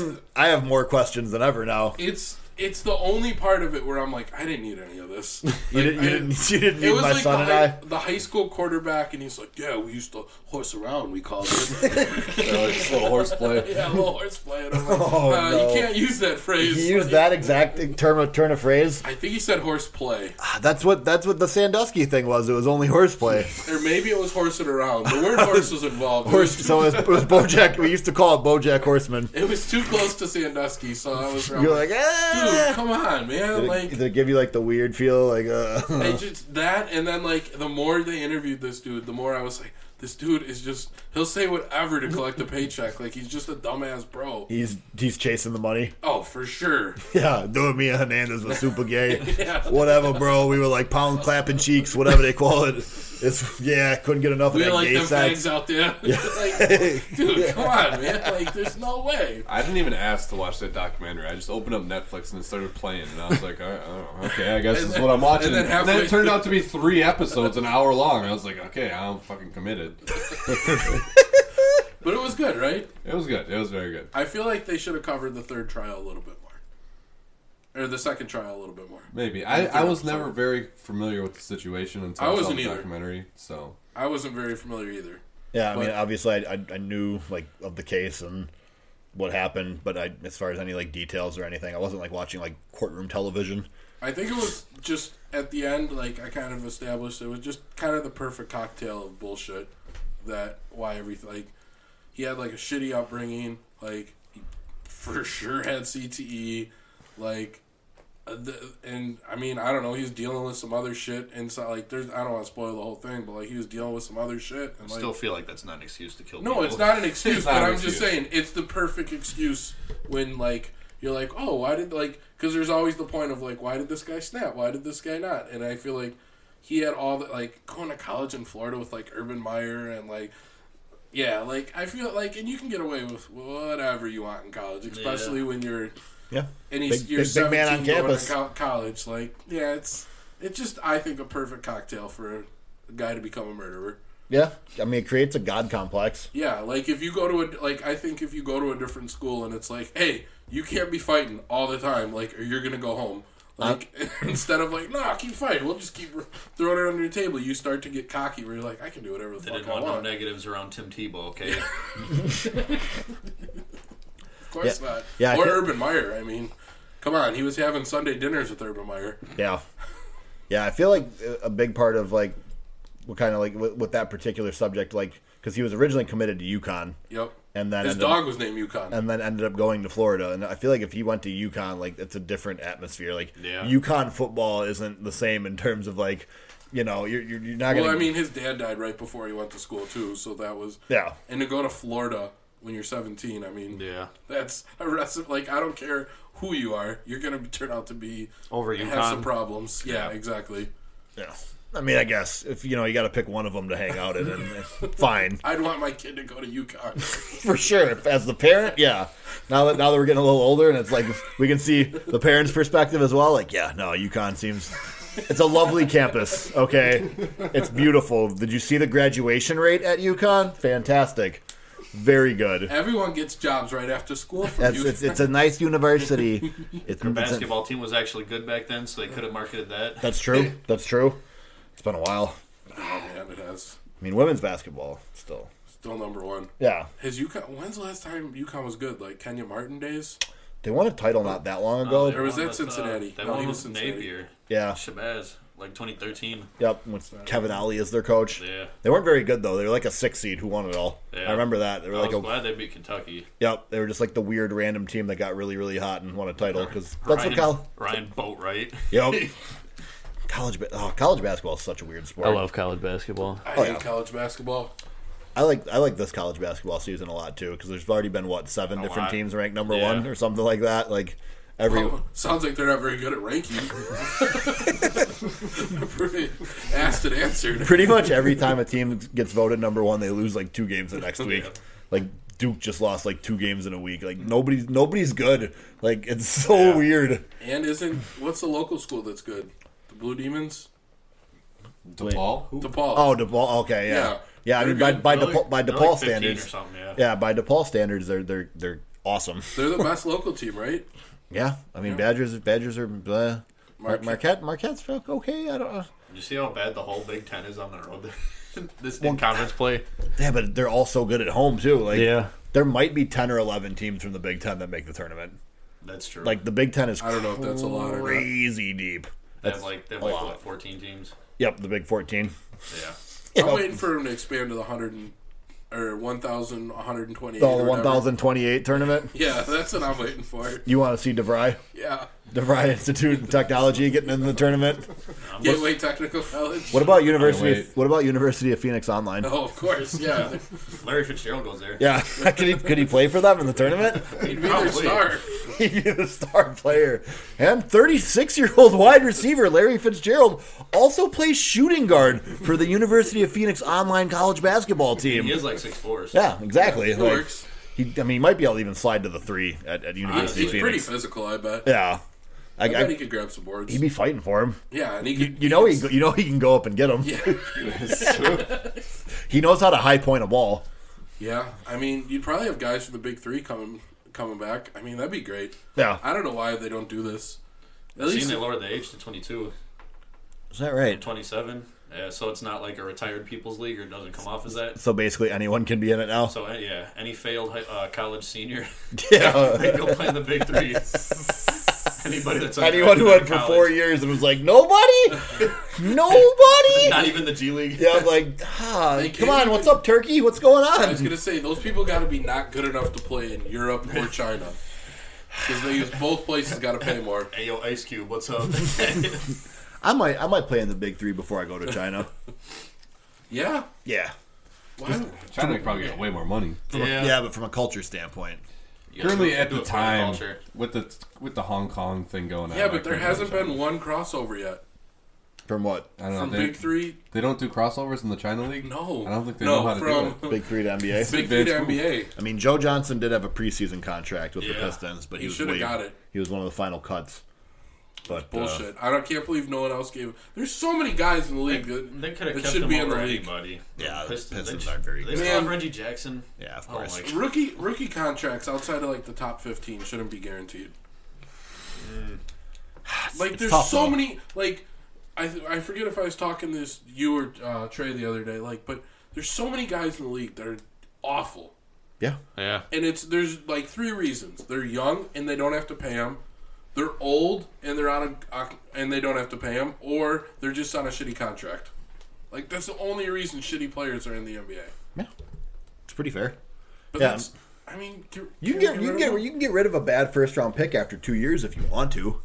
S1: I'm I have more questions than ever now.
S2: it's it's the only part of it where I'm like, I didn't need any of this.
S1: You
S2: Like,
S1: didn't
S2: I
S1: you didn't, you didn't
S2: It
S1: need
S2: was
S1: my
S2: like
S1: son
S2: the,
S1: and
S2: high,
S1: I.
S2: the high school quarterback, and he's like, "Yeah, we used to horse around. We called it
S4: Oh, it's a little horseplay.
S2: yeah, a little horseplay." And I'm like,
S1: Oh,
S2: uh,
S1: no.
S2: "You can't use that phrase."
S1: He used
S2: Like,
S1: that exact term of turn of phrase. Ah,
S2: I think he said horseplay,
S1: That's what that's what the Sandusky thing was. It was only horseplay.
S2: or maybe it was horsing around. The word horse was involved. It
S1: Horse.
S2: was-
S1: So it was, it was BoJack. We used to call it BoJack Horseman.
S2: It was too close to Sandusky, so I was wrong.
S1: You're like,
S2: dude,
S1: ah.
S2: come on, man.
S1: Did it,
S2: Like,
S1: did it give you like the weird feel? Like, uh,
S2: they just that, and then like the more they interviewed this dude, the more I was like, this dude is just he'll say whatever to collect a paycheck. Like he's just a dumbass bro.
S1: he's he's chasing the money.
S2: Oh, for sure.
S1: Yeah, dude, me and Hernandez was super gay.
S2: Yeah.
S1: Whatever, bro. We were like pound clapping cheeks, whatever they call it. It's yeah, couldn't get enough of
S2: We
S1: that
S2: like
S1: gay
S2: them
S1: sex.
S2: fags out there. like, dude, come on, man. Like, there's no way.
S4: I didn't even ask to watch that documentary. I just opened up Netflix and it started playing, and I was like, all right, oh, "Okay, I guess this is what I'm watching."
S2: And
S4: And
S2: then
S4: then,
S2: halfway-
S4: it turned out to be three episodes, an hour long. I was like, "Okay, I'm fucking committed."
S2: But it was good, right?
S4: It was good. It was very good.
S2: I feel like they should have covered the third trial a little bit more, or the second trial a little bit more.
S4: Maybe I, I was never very familiar with the situation until
S2: I
S4: I,
S2: wasn't
S4: saw the
S2: either.
S4: documentary. So
S2: I wasn't very familiar either.
S1: Yeah, I mean, obviously, I, I I knew like of the case and what happened, but I as far as any like details or anything, I wasn't like watching like courtroom television.
S2: I think it was just at the end, like I kind of established it was just kind of the perfect cocktail of bullshit that why everything like he had like a shitty upbringing, like he for sure had CTE, like uh, the, and I mean I don't know he was dealing with some other shit and so like there's I don't want to spoil the whole thing but like he was dealing with some other shit and like
S3: Still feel like that's not an excuse to kill.
S2: no,
S3: people.
S2: it's not an excuse,
S4: not
S2: but
S4: an
S2: I'm just
S4: excuse.
S2: saying it's the perfect excuse when like you're like, "Oh, why did like cuz there's always the point of like why did this guy snap? Why did this guy not?" And I feel like he had all the like going to college in Florida with like Urban Meyer and like yeah, like I feel like and you can get away with whatever you want in college, especially when you're
S1: Yeah,
S2: and he's
S1: Big-
S2: you're
S1: big- big man
S2: 17
S1: on
S2: going
S1: campus.
S2: to co- college like yeah, it's it's just I think a perfect cocktail for a guy to become a murderer.
S1: yeah. I mean, it creates a god complex.
S2: Yeah, like if you go to a like I think if you go to a different school and it's like, hey, you can't be fighting all the time, like or you're gonna go home. Like instead of like, nah, keep fighting, we'll just keep throwing it under the table. You start to get cocky where you're like, I can do whatever the
S3: They
S2: fuck
S3: didn't
S2: I
S3: want no
S2: want.
S3: negatives around Tim Tebow. Okay,
S2: of course
S1: Yeah.
S2: not.
S1: Yeah, I
S2: or
S1: think-
S2: Urban Meyer. I mean, come on, he was having Sunday dinners with Urban Meyer.
S1: Yeah, yeah. I feel like a- a big part of like what kind of like with, with that particular subject, like because he was originally committed to UConn
S2: Yep.
S1: and then
S2: His
S1: ended up-
S2: dog was named Yukon.
S1: and then ended up going to Florida. And I feel like if he went to UConn, like it's a different atmosphere. Like
S3: Yeah.
S1: UConn football isn't the same in terms of like, you know, you're you're, you're not
S2: well,
S1: gonna.
S2: I mean, his dad died right before he went to school too, so that was
S1: yeah,
S2: and to go to Florida when you're 17. I mean,
S3: Yeah.
S2: that's a recipe. Like I don't care who you are, you're gonna be, turn out to be
S3: Over
S2: and have
S3: UConn.
S2: some problems. Yeah, exactly.
S1: Yeah. I mean, I guess if you know, you got to pick one of them to hang out in. And, fine,
S2: I'd want my kid to go to UConn.
S1: for sure. As the parent, yeah. Now that now that we're getting a little older, and it's like we can see the parents' perspective as well. Like, yeah, no, UConn seems. It's a lovely campus. Okay, it's beautiful. Did you see the graduation rate at UConn? Fantastic, very good.
S2: Everyone gets jobs right after school from
S1: That's,
S2: UConn.
S1: it's, it's a nice university. It's, it's a,
S3: Basketball team was actually good back then, so they could have marketed that.
S1: that's true. That's true. It's been a while.
S2: oh man, it has
S1: I mean, women's basketball still.
S2: still number one.
S1: Yeah,
S2: Has UConn? When's the last time UConn was good? Like Kenya Martin days?
S1: they won a title not that long ago.
S2: Or was
S3: One
S2: that
S3: with,
S2: Cincinnati?
S3: Uh, that
S2: No,
S3: one
S2: he
S3: was
S2: was Cincinnati.
S3: Napier.
S1: yeah,
S3: Shabazz, like 2013.
S1: Yep, with Kevin Ollie as their coach.
S3: Yeah.
S1: They weren't very good though. They were like a six seed who won it all.
S3: Yeah.
S1: I remember that. They were
S3: I
S1: like
S3: was
S1: a
S3: glad they beat Kentucky.
S1: yep. They were just like the weird random team that got really really hot and won a title because that's what
S3: Ryan,
S1: college.
S3: Ryan Boatwright.
S1: Yep. college ba- oh, college basketball is such a weird sport.
S3: college basketball.
S2: I
S1: Oh,
S2: hate
S1: yeah.
S2: college basketball.
S1: I like I like this college basketball season a lot too because there's already been what seven different
S3: lot.
S1: teams ranked number
S3: Yeah.
S1: one or something like that. Like every
S2: Oh, sounds like they're not very good at ranking. Pretty asked and answered.
S1: pretty much every time a team gets voted number one, they lose like two games the next week.
S2: Yeah.
S1: Like Duke just lost like two games in a week. Like nobody's nobody's good. Like it's so weird.
S2: And isn't what's the local school that's good? The Blue Demons,
S4: DePaul? Who?
S2: DePaul.
S1: Oh, DePaul. Okay, yeah,
S2: Yeah.
S1: yeah. I mean, by
S2: They're
S1: by,
S2: good. They're
S1: DePaul, by
S3: They're
S1: DePaul
S3: like 15 or
S1: standards,
S3: something, yeah.
S1: yeah, by DePaul standards, they're they're they're awesome.
S2: they're the best local team, right?
S1: Yeah, I mean, Badgers Badgers are blah. Mar- Marquette Marquette's felt okay. I don't. uh, know.
S3: You see how bad the whole Big Ten is on the road. this in conference play.
S1: Yeah, but they're all so good at home too. Like,
S3: Yeah.
S1: there might be ten or eleven teams from the Big Ten that make the tournament.
S3: That's true.
S1: Like the Big Ten is
S2: I don't know if that's a lot or not.
S1: crazy deep.
S3: they have like they have like
S1: lot.
S3: what, 14 teams.
S1: Yep, the Big Fourteen.
S3: Yeah.
S2: I'm waiting for him to expand to the hundred and or one thousand one hundred and twenty.
S1: Oh, the 1028 tournament.
S2: Yeah, that's what I'm waiting for.
S1: You want to see DeVry?
S2: Yeah,
S1: DeVry Institute of Technology getting in the tournament.
S2: Gateway Technical College.
S1: What about University?
S4: wait.
S1: Of, what about University of Phoenix Online?
S2: Oh, of course, yeah.
S3: Larry Fitzgerald goes there.
S1: Yeah, could he could he play for them in the tournament?
S2: He'd be their star.
S1: He'd be the star player. And 36 year old wide receiver Larry Fitzgerald also plays shooting guard for the University of Phoenix Online College basketball
S3: He
S1: team.
S3: is like six fours.
S1: Yeah, exactly.
S2: It
S1: Like,
S2: works.
S1: he, I mean, he might be able to even slide to the three at, at
S2: He's,
S1: University
S2: he's
S1: of
S2: pretty
S1: Phoenix.
S2: physical, I bet.
S1: Yeah, I,
S2: I bet
S1: I,
S2: he could grab some boards.
S1: he'd be fighting for him.
S2: yeah, and he could.
S1: You know he you know he can go up and get them.
S2: Yeah,
S1: He knows how to high point a ball.
S2: yeah. I mean, you'd probably have guys from the Big Three coming coming back. I mean, that'd be great.
S1: Yeah.
S2: I don't know why they don't do this. At
S3: I've seen
S2: least
S3: they lowered the age to 22,
S1: Is that right?
S3: 27. Yeah, so it's not like a retired people's league or it doesn't come off as that.
S1: So basically anyone can be in it now.
S3: So uh, yeah, any failed hi- uh, college senior,
S1: yeah.
S3: they go play in the Big Three. Anybody that's
S1: Anyone who had
S3: undergraduate in
S1: for
S3: college.
S1: four years and was like, nobody? Nobody?
S3: not even the G League.
S1: Yeah, I'm like, ah,
S2: They
S1: come
S2: can't
S1: on,
S2: even-
S1: what's up, Turkey? What's going
S2: I was
S1: on?
S2: gonna say those people got to be not good enough to play in Europe or China because they use both places. Got to pay more.
S3: Hey yo, Ice Cube, what's up?
S1: I might I might play in the big three before I go to China.
S2: Yeah.
S1: yeah.
S2: Why?
S4: China would probably get way more money.
S1: yeah. but from a culture standpoint.
S3: You guys
S4: Currently,
S3: do-
S4: at
S3: do
S4: the
S3: it for your
S4: time
S3: culture.
S4: with the with the Hong Kong thing going on.
S2: Yeah,
S4: I
S2: but there
S4: couldn't
S2: hasn't
S4: imagine.
S2: been one crossover yet
S1: From what?
S4: I don't know.
S2: from
S4: they,
S2: Big Three.
S4: they don't do crossovers in the China league. Uh,
S2: No,
S4: I don't think they
S2: no,
S4: know how to do
S2: from
S4: it.
S1: Big three to NBA.
S2: Big Three to
S4: Advanced move.
S2: NBA.
S1: I mean, Joe Johnson did have a preseason contract with the
S3: Yeah.
S1: Pistons, but he,
S2: He
S1: was
S2: shoulda
S1: way-
S2: got it.
S1: He was one of the final cuts. But uh,
S2: Bullshit. I don't, can't believe no one else gave. There's so many guys in the league that,
S3: They could have
S2: that
S3: kept
S2: should
S3: him
S2: be in
S3: over
S2: the league.
S3: anybody.
S1: Yeah, the
S3: they
S1: Pistons
S3: ju-
S1: aren't very
S3: they
S1: good.
S3: still
S2: Man.
S3: have Reggie Jackson.
S1: yeah, of
S3: Oh
S1: course.
S3: my God.
S2: Rookie rookie contracts outside of like the top 15 shouldn't be guaranteed. Like there's
S1: tough,
S2: so
S1: though.
S2: many like I th- I forget if I was talking to this you or uh, Trey the other day like but there's so many guys in the league that are awful.
S1: yeah.
S3: Yeah.
S2: And it's there's like three reasons. They're young and they don't have to pay them. They're old and they're on a and they don't have to pay them or they're just on a shitty contract. Like that's the only reason shitty players are in the NBA.
S1: Yeah. It's pretty fair.
S2: But
S1: Yeah.
S2: that's I mean, can,
S1: You
S2: can
S1: can get
S2: we
S1: you can get
S2: rid of
S1: you can get rid of a bad first round pick after two years if you want to.
S2: them?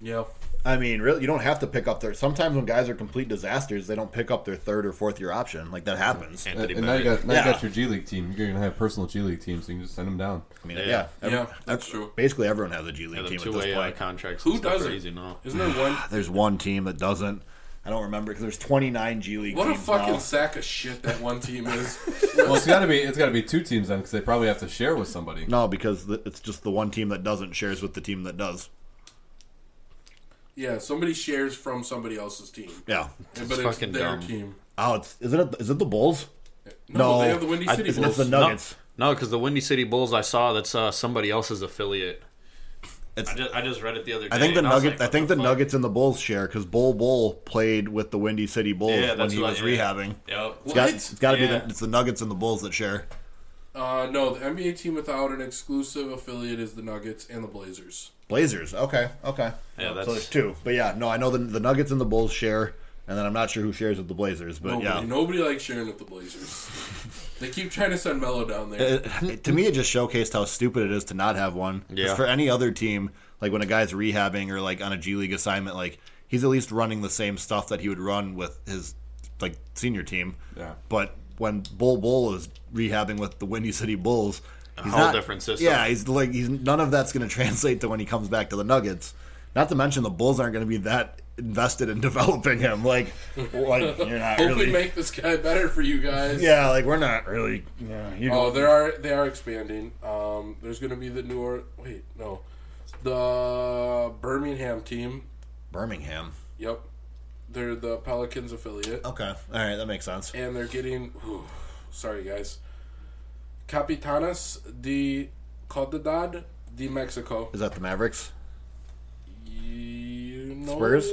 S2: yeah.
S1: I mean, really, you don't have to pick up their. Sometimes when guys are complete disasters, they don't pick up their third or fourth year option. Like that happens. I
S4: And,
S3: Anthony
S4: and now you
S3: Bennett.
S4: got now
S1: Yeah.
S4: you got your G League team. You're gonna have personal G League teams, so you can just send them down.
S1: mean,
S3: Yeah.
S1: yeah, every-
S2: Yeah, that's true.
S1: Basically, everyone has a G League
S3: Yeah, the
S1: team at
S3: two
S1: this
S3: way uh,
S1: point.
S3: contracts.
S2: Who
S3: and stuff are
S2: doesn't?
S3: Easy now.
S2: Isn't there one?
S1: There's one team that doesn't. I don't remember because there's 29 G League
S2: What a
S1: teams
S2: fucking
S1: now.
S2: sack of shit that one team is.
S4: Well, it's gotta be it's gotta be two teams then, because they probably have to share with somebody.
S1: No, because th- it's just the one team that doesn't shares with the team that does.
S2: yeah, somebody shares from somebody else's team,
S1: Yeah.
S2: but it's
S3: fucking
S2: their
S3: dumb.
S2: team.
S1: Oh, it's, is it? A, is it the Bulls?
S2: No, they have the Windy
S1: I-
S2: City
S1: isn't it
S2: Bulls.
S1: the Nuggets.
S3: No, because the Windy City Bulls I saw that's uh, somebody else's affiliate.
S1: It's-
S3: I, just, I just read it the other day.
S1: I think the
S3: and was
S1: Nuggets.
S3: like,
S1: I think
S3: what
S1: the,
S3: fuck?
S1: Nuggets and the Bulls share because Bull Bull played with the Windy City Bulls
S3: Yeah,
S1: when
S3: that's
S1: he
S3: what I-
S1: was
S3: yeah.
S1: rehabbing.
S3: Yep.
S1: It's got,
S2: What?
S1: it's got to
S3: Yeah.
S1: be the, it's the Nuggets and the Bulls that share.
S2: Uh, no, the NBA team without an exclusive affiliate is the Nuggets and the Blazers.
S1: Blazers. Okay. Okay.
S3: Yeah, that's-
S1: so there's two. But yeah, no, I know the the Nuggets and the Bulls share, and then I'm not sure who shares with the Blazers. But
S2: Nobody,
S1: yeah,
S2: nobody likes sharing with the Blazers. they keep trying to send Melo down there.
S1: It- to me, it just showcased how stupid it is to not have one. 'Cause
S3: Yeah.
S1: For any other team, like when a guy's rehabbing or like on a G League assignment, like he's at least running the same stuff that he would run with his like senior team.
S4: Yeah.
S1: But when Bull Bull is rehabbing with the Windy City Bulls, he's
S3: whole
S1: not-
S3: different system.
S1: Yeah, he's like he's none of that's going to translate to when he comes back to the Nuggets. Not to mention the Bulls aren't going to be that invested in developing him. Like, like you're not
S2: Hope we
S1: really.
S2: make this guy better for you guys.
S1: yeah, like we're not really. Yeah, you
S2: Oh, they are they are expanding. Um, there's going to be the New Or wait no, the Birmingham team.
S1: Birmingham.
S2: Yep, they're the Pelicans affiliate,
S1: Okay, all right, that makes sense.
S2: and they're getting. Whew, sorry guys, Capitanas de Codedad de Mexico.
S1: Is that the Mavericks?
S2: You know
S1: Spurs?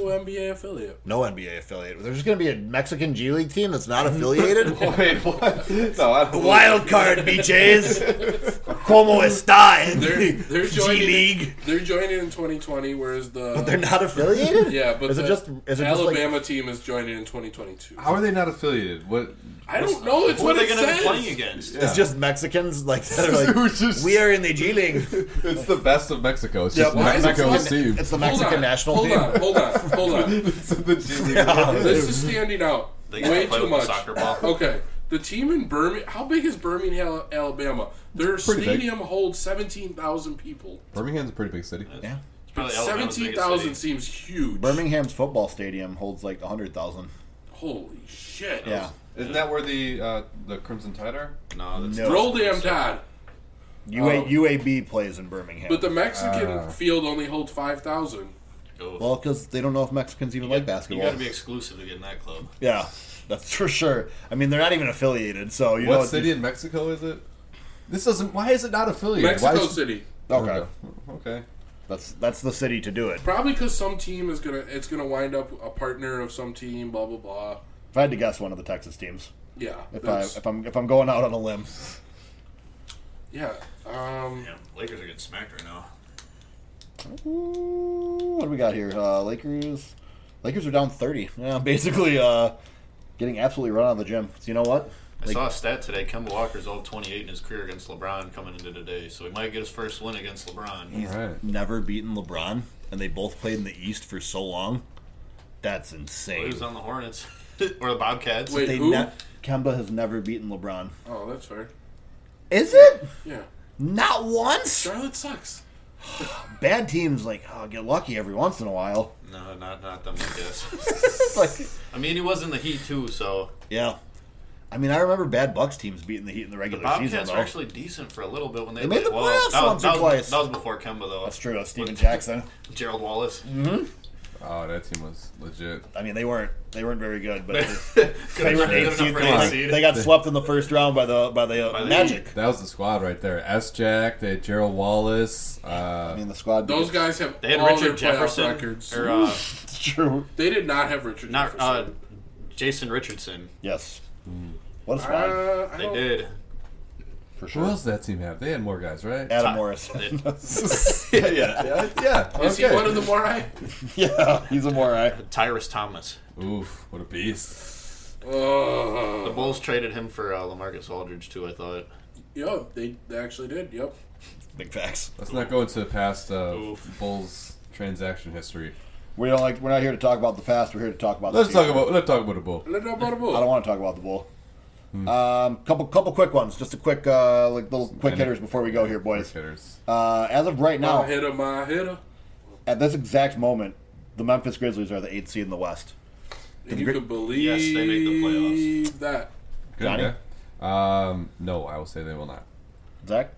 S2: NBA affiliate.
S1: No NBA affiliate. There's just going to be a Mexican G League team that's not affiliated.
S4: Wait, what? No, I don't.
S1: Wild card, BJ's. Como está? in
S2: They're, they're
S1: the
S2: joining.
S1: G League.
S2: They're joining in 2020, whereas the
S1: They're not affiliated.
S2: yeah, but
S1: is
S2: the
S1: it just is it
S2: Alabama
S1: just like,
S2: team is joining in 2022.
S4: How are they not affiliated? What?
S2: I don't know. It's
S3: Who are
S2: what
S3: they
S2: it
S3: going to be
S2: says.
S3: playing against?
S1: it's just Mexicans like that are
S4: Who
S1: like
S4: just-
S1: we are in the G League.
S4: It's the best of Mexico. It's
S1: Yeah,
S4: just
S1: why
S2: is it
S4: Mexico's
S2: fucking-
S4: team.
S1: It's the Mexican national
S2: hold
S1: team.
S2: on, hold on, hold on.
S4: It's the G League.
S2: This is standing out
S3: They gotta
S2: way
S3: play
S2: too
S3: with the
S2: much.
S3: soccer ball.
S2: Okay, the team in Birmingham. How big is Birmingham, Alabama? Their
S4: pretty big.
S2: stadium holds seventeen thousand people.
S4: Birmingham's a pretty big city.
S1: Yeah.
S3: It's probably Alabama's
S2: Seventeen
S3: biggest
S2: thousand
S3: city.
S2: seems huge.
S1: Birmingham's football stadium holds like hundred thousand.
S2: Holy shit!
S1: Yeah.
S4: Isn't that where the uh, the Crimson Tide are?
S3: No, that's
S1: No.
S2: Roll damn Todd.
S1: UA, UAB plays in Birmingham.
S2: Um, But the Mexican
S4: Ah.
S2: field only holds five thousand.
S1: well, because they don't know if Mexicans even like
S3: You
S1: basketball.
S3: got to be exclusive to get in that club.
S1: yeah, that's for sure. I mean, they're not even affiliated, so you know.
S4: what
S1: it's-
S4: city in Mexico is it? This doesn't. Why is it not affiliated?
S2: Mexico
S4: why is-
S2: City.
S1: Okay,
S4: Okay.
S1: that's that's the city to do it.
S2: Probably because some team is gonna it's gonna wind up a partner of some team. Blah blah blah.
S1: If I had to guess, one of the Texas teams.
S2: Yeah.
S1: If I
S2: that's-
S1: if I'm if I'm going out on a limb,
S2: yeah. Um.
S3: Yeah, Lakers are getting smacked right now.
S1: Ooh, what do we got here? Uh, Lakers, Lakers are down thirty. Yeah, basically, uh, getting absolutely run out of the gym. So you know what?
S3: I
S1: Like-
S3: saw a stat today. Kemba Walker's 0 28 in his career against LeBron coming into today, so he might get his first win against LeBron.
S4: All right.
S1: Never beaten LeBron, and they both played in the East for so long. That's
S3: He
S1: insane.
S3: was on the Hornets or the Bobcats.
S2: Wait,
S1: They
S2: who?
S1: ne- Kemba has never beaten LeBron.
S2: Oh, that's fair.
S1: Is it?
S2: Yeah.
S1: Not once.
S2: Charlotte sucks.
S1: Bad teams like oh, get lucky every once in a while.
S3: No, not not them. I guess.
S1: It's like
S3: I mean, he was in the Heat too, so
S1: Yeah. I mean, I remember bad Bucks teams beating the Heat in the regular season,
S3: Bobcats
S1: though.
S3: were actually decent for a little bit when they,
S1: They made
S3: played-
S1: the playoffs
S3: that was-
S1: once or
S3: that was-
S1: twice.
S3: That was before Kemba, though.
S1: That's true. That's Steven
S3: With
S1: Jackson.
S3: Gerald Wallace.
S4: Oh, that team was legit.
S1: I mean, they weren't they weren't very good, but
S3: Could've
S1: they were
S3: been
S1: eight
S3: good enough
S1: seed.
S3: for
S1: They,
S3: eight
S1: got-
S3: seed.
S1: they got swept in the first round by the by the, uh,
S3: By the
S1: Magic.
S3: Heat.
S4: That was the squad right there. S. Jack. They had Gerald Wallace.
S1: I
S4: Uh,
S1: mean, the squad.
S2: Those guys have
S3: They had
S2: all their
S3: Richard
S2: playoff
S3: Jefferson
S2: records.
S3: or uh,
S1: It's true.
S2: they did not have Richard
S3: not uh,
S2: Jefferson.
S3: Jason Richardson.
S1: Yes. What a
S2: Uh,
S1: squad
S2: I
S3: They
S2: don't-
S3: did.
S1: for
S4: who
S1: sure.
S4: else did that team have? They had more guys, right?
S1: Adam Morris.
S4: yeah, yeah, yeah.
S2: Is he one of the more I?
S1: yeah, he's a Morai.
S3: Tyrus Uh, Thomas.
S4: Oof, what a beast.
S3: The
S2: Oh.
S3: Bulls traded him for uh, Lamarcus Aldridge too. I thought.
S2: Yo, they they actually did. Yep.
S1: Big facts.
S4: Let's not go into the past uh,
S3: Oof.
S4: Bulls transaction history.
S1: We don't like. We're not here to talk about the past. We're here to talk about.
S4: Let's
S1: the
S4: talk
S1: future.
S4: about let's talk about a bull.
S2: Let it up on a
S1: I don't
S2: bull.
S1: want to talk about the bull. Um, couple couple quick ones. Just a quick uh, like little quick hitters before we go here, boys.
S4: Hitters.
S1: Uh, as of right
S2: My
S1: now,
S2: hitter, my hitter.
S1: at this exact moment, the Memphis Grizzlies are the eighth seed in the West.
S2: And you
S1: Gri-
S2: can believe
S3: Yes, they make the playoffs.
S2: that.
S4: Good,
S1: Johnny?
S4: yeah. Um, no, I will say they will not.
S1: Zach.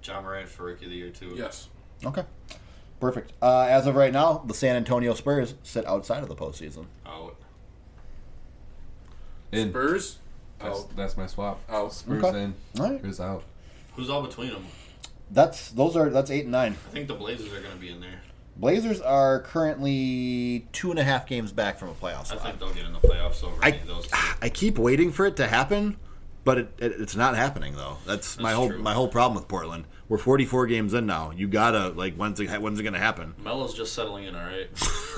S3: John Morant for rookie of the year too.
S2: Yes.
S1: Okay. Perfect. Uh, as of right now, the San Antonio Spurs sit outside of the postseason.
S3: Out.
S4: In.
S2: Spurs. Oh,
S4: That's,
S2: Out.
S4: that's my swap.
S2: Out.
S4: Spurs
S1: Okay.
S4: in.
S1: All right.
S4: Spurs out.
S3: Who's all between them?
S1: That's those are that's eight and nine.
S3: I think the Blazers are going to be in there.
S1: Blazers are currently two and a half games back from a playoff
S3: I
S1: spot.
S3: think they'll get in the playoffs over
S1: I-
S3: any of those. Two.
S1: I keep waiting for it to happen, but it, it, it's not happening though. That's, my
S3: That's
S1: whole
S3: true.
S1: my whole problem with Portland. We're 44 games in now. You gotta like when's it when's it gonna happen?
S3: Melo's just settling in, all right.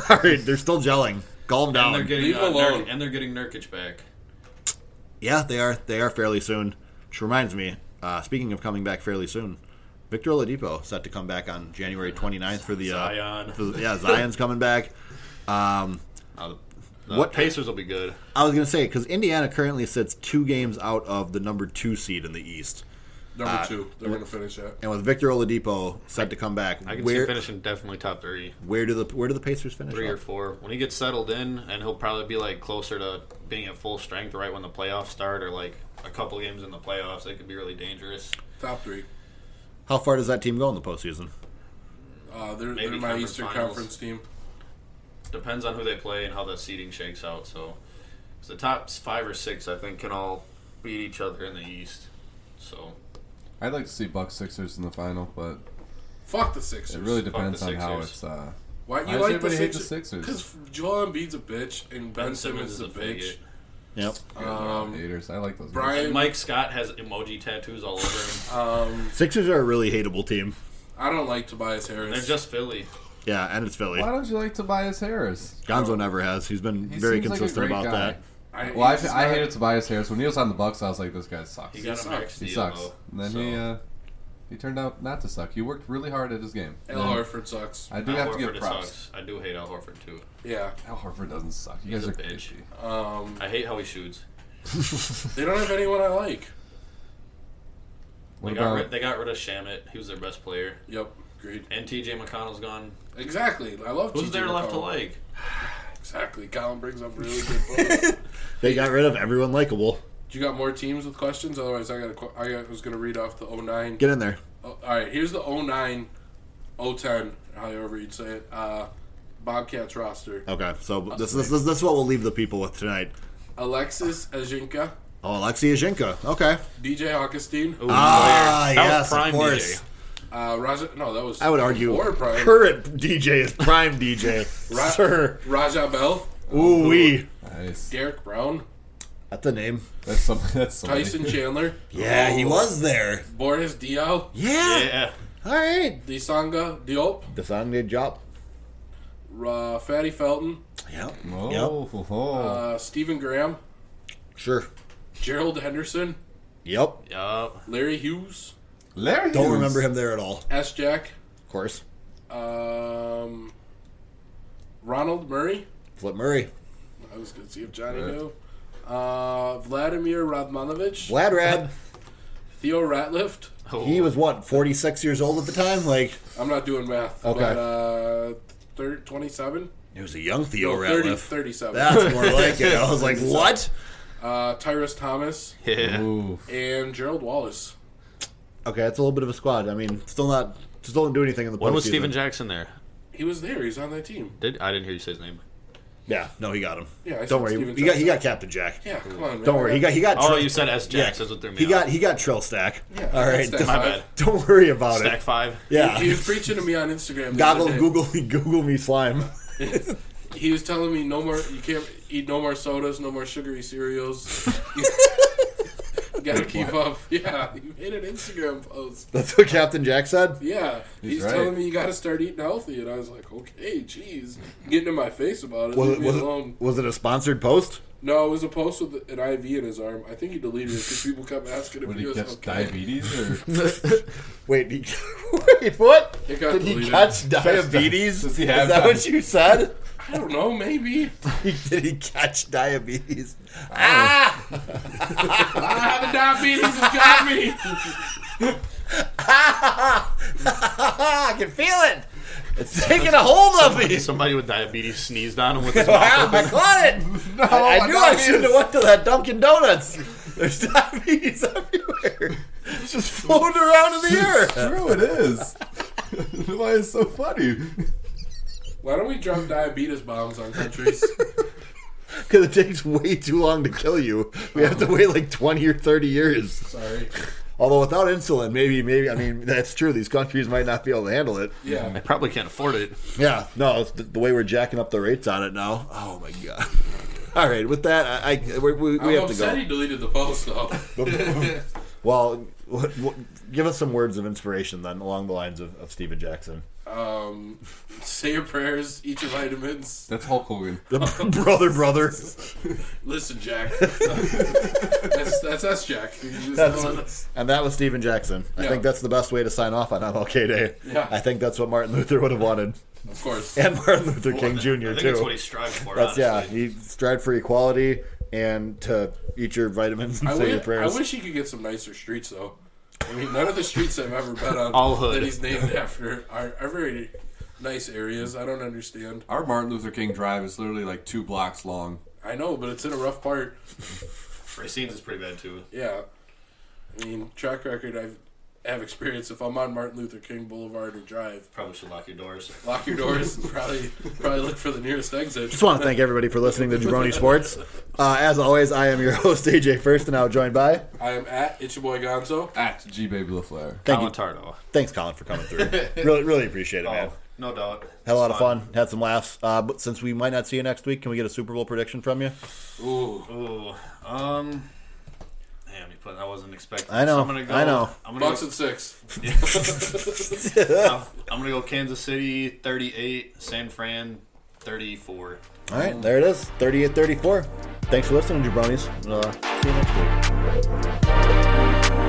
S1: All right, they're still gelling. Calm down.
S3: And they're getting
S2: Leave
S3: uh,
S2: alone.
S3: Nurk- and they're getting Nurkic back.
S1: yeah, they are. They are fairly soon. Which reminds me, uh, speaking of coming back fairly soon, Victor Oladipo set to come back on January 29th for the uh,
S3: Zion.
S1: for the- yeah, Zion's coming back. Um,
S3: Uh, the
S1: What-
S3: Pacers will be good.
S1: I was gonna say because Indiana currently sits two games out of the number two seed in the East,
S2: Number
S3: Uh,
S2: two. They're going to finish that.
S1: and with Victor Oladipo set to come back,
S3: I can see
S1: where
S3: finishing definitely top three,
S1: where do the where do the Pacers finish?
S3: three or
S1: up?
S3: four. When he gets settled in, and he'll probably be like closer to being at full strength right when the playoffs start, or like a couple games in the playoffs. They could be really dangerous.
S2: Top three.
S1: How far does that team go in the postseason?
S2: Uh, they're,
S3: Maybe
S2: they're my
S3: conference
S2: Eastern
S3: finals.
S2: Conference team.
S3: Depends on who they play and how the seeding shakes out. So, 'cause the top five or six, I think, can all beat each other in the East. So
S4: I'd like to see Bucks Sixers in the final, but
S2: Fuck the Sixers.
S4: it really
S3: Fuck
S4: depends
S3: the
S4: on how
S3: Sixers.
S4: it's. Uh,
S2: Why you
S4: Why does
S2: like the
S4: everybody hate the
S2: Sixers?
S4: Sixers?
S2: Because Joel Embiid's a bitch and Ben,
S3: Ben
S2: Simmons, is a bitch.
S3: bigot.
S1: Yep.
S2: Um,
S4: haters. I like those.
S2: Brian-
S4: guys.
S3: And Mike Scott has emoji tattoos all over him.
S2: Um,
S1: Sixers are a really hateable team.
S2: I don't like Tobias Harris.
S3: They're just Philly.
S1: Yeah, and it's Philly.
S4: Why don't you like Tobias Harris?
S1: Gonzo never has. He's been
S4: He
S1: very
S4: seems like a
S1: consistent
S4: great
S1: about
S4: guy.
S1: that.
S2: I,
S4: Well, I,
S2: he's
S4: I
S2: not-
S4: hated Tobias Harris when he was on the Bucks. I was like, this guy sucks.
S3: He got a
S2: sucks.
S3: max
S4: He
S3: deal,
S4: sucks.
S3: though.
S4: And then
S3: So,
S4: he uh, he turned out not to suck. He worked really hard at his game.
S2: Al
S4: And
S2: Horford sucks.
S4: I do
S3: Al
S4: have to
S3: Horford
S4: give props.
S3: sucks. I do hate Al Horford too.
S2: Yeah.
S4: Al Horford doesn't suck. You
S3: He's
S4: guys
S3: a
S4: are
S3: bitch.
S4: bitchy.
S2: Um,
S3: I hate how he shoots.
S2: they don't have anyone I like.
S4: What
S3: they, got
S4: about
S3: rid, they got rid of Shamit. He was their best player.
S2: Yep. Agreed.
S3: And TJ McConnell's gone.
S2: Exactly. I love
S3: Who's
S2: TJ
S3: there left to
S2: McConnell.
S3: like?
S2: Exactly. Colin brings up really good points.
S1: They got rid of everyone likable.
S2: you got more teams with questions? Otherwise, I got. A, que- I got- was going to read off the 09.
S1: Get in there.
S2: Oh, all right, here's the 09, 010, however you'd say it. Uh, Bobcats roster:
S1: Okay, so this, this, this, this is what we'll leave the people with tonight.
S2: Alexis Ajinka,
S1: Oh, Alexei Yashenko. Okay.
S2: DJ Augustine,
S3: Ooh,
S1: Ah,
S3: player. That
S1: yes,
S3: was prime
S1: of course.
S3: DJ.
S2: uh, Raja. No, that was
S1: I would argue
S2: before Brian.
S1: current DJ is prime DJ.
S2: Ra-
S1: Sir.
S2: Raja Bell,
S1: Ooh wee.
S4: nice?
S2: Derek Brown,
S1: That's the name.
S4: That's something. That's somebody.
S2: Tyson Chandler,
S1: Yeah, he was there.
S2: Boris Diaw,
S1: Yeah.
S3: Oh. Yeah.
S1: All right.
S2: Disanga Diop,
S1: The song did drop.
S2: uh, Fatty Felton,
S1: Yep.
S4: Oh,
S1: Yep.
S4: ho, ho.
S2: uh, Stephen Graham,
S1: Sure.
S2: Gerald Henderson,
S1: Yep.
S3: Yup.
S2: Larry Hughes,
S4: Larry.
S1: Don't
S4: Hughes.
S1: remember him there at all.
S2: S. Jack,
S1: Of course.
S2: um, Ronald Murray.
S1: Flip Murray.
S2: I was going to see if Johnny
S4: Yeah.
S2: knew. Uh, Vladimir Radmanovich,
S1: Vlad Rad.
S2: Theo Ratliff.
S3: Oh.
S1: He was what, 46 years old at the time? Like,
S2: I'm not doing math.
S1: Okay.
S2: But, uh, thir- 27?
S1: it was a young Theo
S2: 30,
S1: Ratliff.
S2: 37.
S1: That's more like it. I was like, what?
S2: Uh, Tyrus Thomas
S3: Yeah.
S4: Oof.
S2: and Gerald Wallace.
S1: Okay, it's a little bit of a squad. I mean, still not, still didn't do anything in the
S3: When was
S1: postseason.
S3: Steven Jackson there?
S2: He was there. He's on that team.
S3: Did I didn't hear you say his name.
S1: Yeah, no, he got him.
S2: Yeah, I said
S1: don't worry,
S2: Steven
S1: he got he
S2: Jackson.
S1: got Captain Jack.
S2: Yeah, come on, man.
S1: Don't worry, he got he got.
S3: Oh,
S1: Trill-
S3: you said S. Jack. That's what threw me
S1: He
S3: off.
S1: got he got Trill Stack.
S2: Yeah,
S1: All right,
S2: Stack
S1: don't,
S3: My bad.
S1: don't worry about
S3: Stack
S1: it.
S3: five.
S1: Yeah,
S2: He was preaching to me on Instagram. the
S1: goggle
S2: other day.
S1: Google Google me slime.
S2: He was telling me no more. You can't eat no more sodas, no more sugary cereals. you gotta keep up. Yeah, he made an Instagram post.
S1: That's what Captain Jack said.
S2: Yeah, he's,
S4: right.
S2: telling me you got to start eating healthy, and I was like, okay, jeez, getting in my face about it.
S1: Was
S2: Leave
S1: it
S2: me
S1: was
S2: alone.
S1: it, was it a sponsored post?
S2: No, it was a post with an IV in his arm. I think he deleted it because people kept asking if
S4: What did
S2: he
S4: he
S2: was
S4: catch?
S2: okay.
S4: Diabetes or
S1: Wait, he, wait, what?
S2: It got
S1: Did he
S2: deleted.
S1: catch diabetes?
S4: Does he have
S1: Is that
S4: di-
S1: what you said?
S2: I don't know, maybe.
S1: Did he catch diabetes? Ah!
S4: Oh.
S2: I have a diabetes. It's got me.
S1: Ah! I can feel it. It's taking a hold of me.
S3: Somebody with diabetes sneezed on him with his mouth.
S1: Wow, I caught it. I, I knew I shouldn't have went to that Dunkin' Donuts. There's diabetes everywhere. It's just floating around in the air.
S4: True, it is. Why is it so funny?
S2: Why don't we drop diabetes bombs on countries?
S1: Because it takes way too long to kill you. We have to wait like 20 or 30 years.
S2: Sorry.
S1: Although without insulin, maybe, maybe, I mean, that's true. These countries might not be able to handle it.
S2: Yeah.
S3: They probably can't afford it.
S1: Yeah, no, it's the, the way we're jacking up the rates on it now. Oh, my God. All right, with that, I, I we, we, we
S2: I'm
S1: have to
S2: upset
S1: go.
S2: he deleted the post though.
S1: Well, what, what, give us some words of inspiration then along the lines of, of Steven Jackson.
S2: um, say your prayers, eat your vitamins.
S4: That's Hulk Hogan.
S1: brother, brother.
S2: Listen, Jack. that's that's us, Jack. You just
S1: That's-
S2: know us.
S1: And that was Steven Jackson. I
S2: Yeah.
S1: think that's the best way to sign off on MLK Day.
S2: Yeah.
S1: I think that's what Martin Luther would have wanted.
S2: Of course.
S1: And Martin Luther King Jr.
S3: I think
S1: too.
S3: that's what he strived for.
S1: That's yeah. He
S3: honestly.
S1: strived for equality and to eat your vitamins and
S2: I,
S1: say your
S2: wish, I
S1: prayers.
S2: wish he could get some nicer streets though. I mean, none of the streets I've ever been on
S3: All hood.
S2: that he's named after are, are very nice areas. I don't understand.
S4: Our Martin Luther King Drive is literally like two blocks long.
S2: I know, but it's in a rough part.
S3: Racine's is pretty bad too.
S2: Yeah. I mean, track record I've have experience. If I'm on Martin Luther King Boulevard or Drive,
S3: Probably should lock your doors.
S2: lock your doors and probably probably look for the nearest exit.
S1: Just want to thank everybody for listening to Jabroni Sports. Uh, as always, I am your host AJ First, and now joined by
S2: I am at it's your boy Gonzo.
S4: At G Baby LaFleur.
S1: thank you,
S3: Colin Tardo.
S1: thanks Colin for coming through. really, really appreciate it, man.
S3: Oh, no doubt.
S1: Had a lot of
S3: It's
S1: fun. Had some laughs. Uh, but since we might not see you next week, can we get a Super Bowl prediction from you?
S2: Ooh,
S3: Ooh, um, damn, you put. I wasn't expecting.
S1: I know,
S3: So I'm gonna go,
S1: I know.
S3: I'm gonna,
S2: Bucks
S3: go,
S2: and six.
S3: I'm gonna go Kansas City 38, San Fran 34.
S1: All right, there it is. 38 34. Thanks for listening, Jabronis. Uh, see you next week.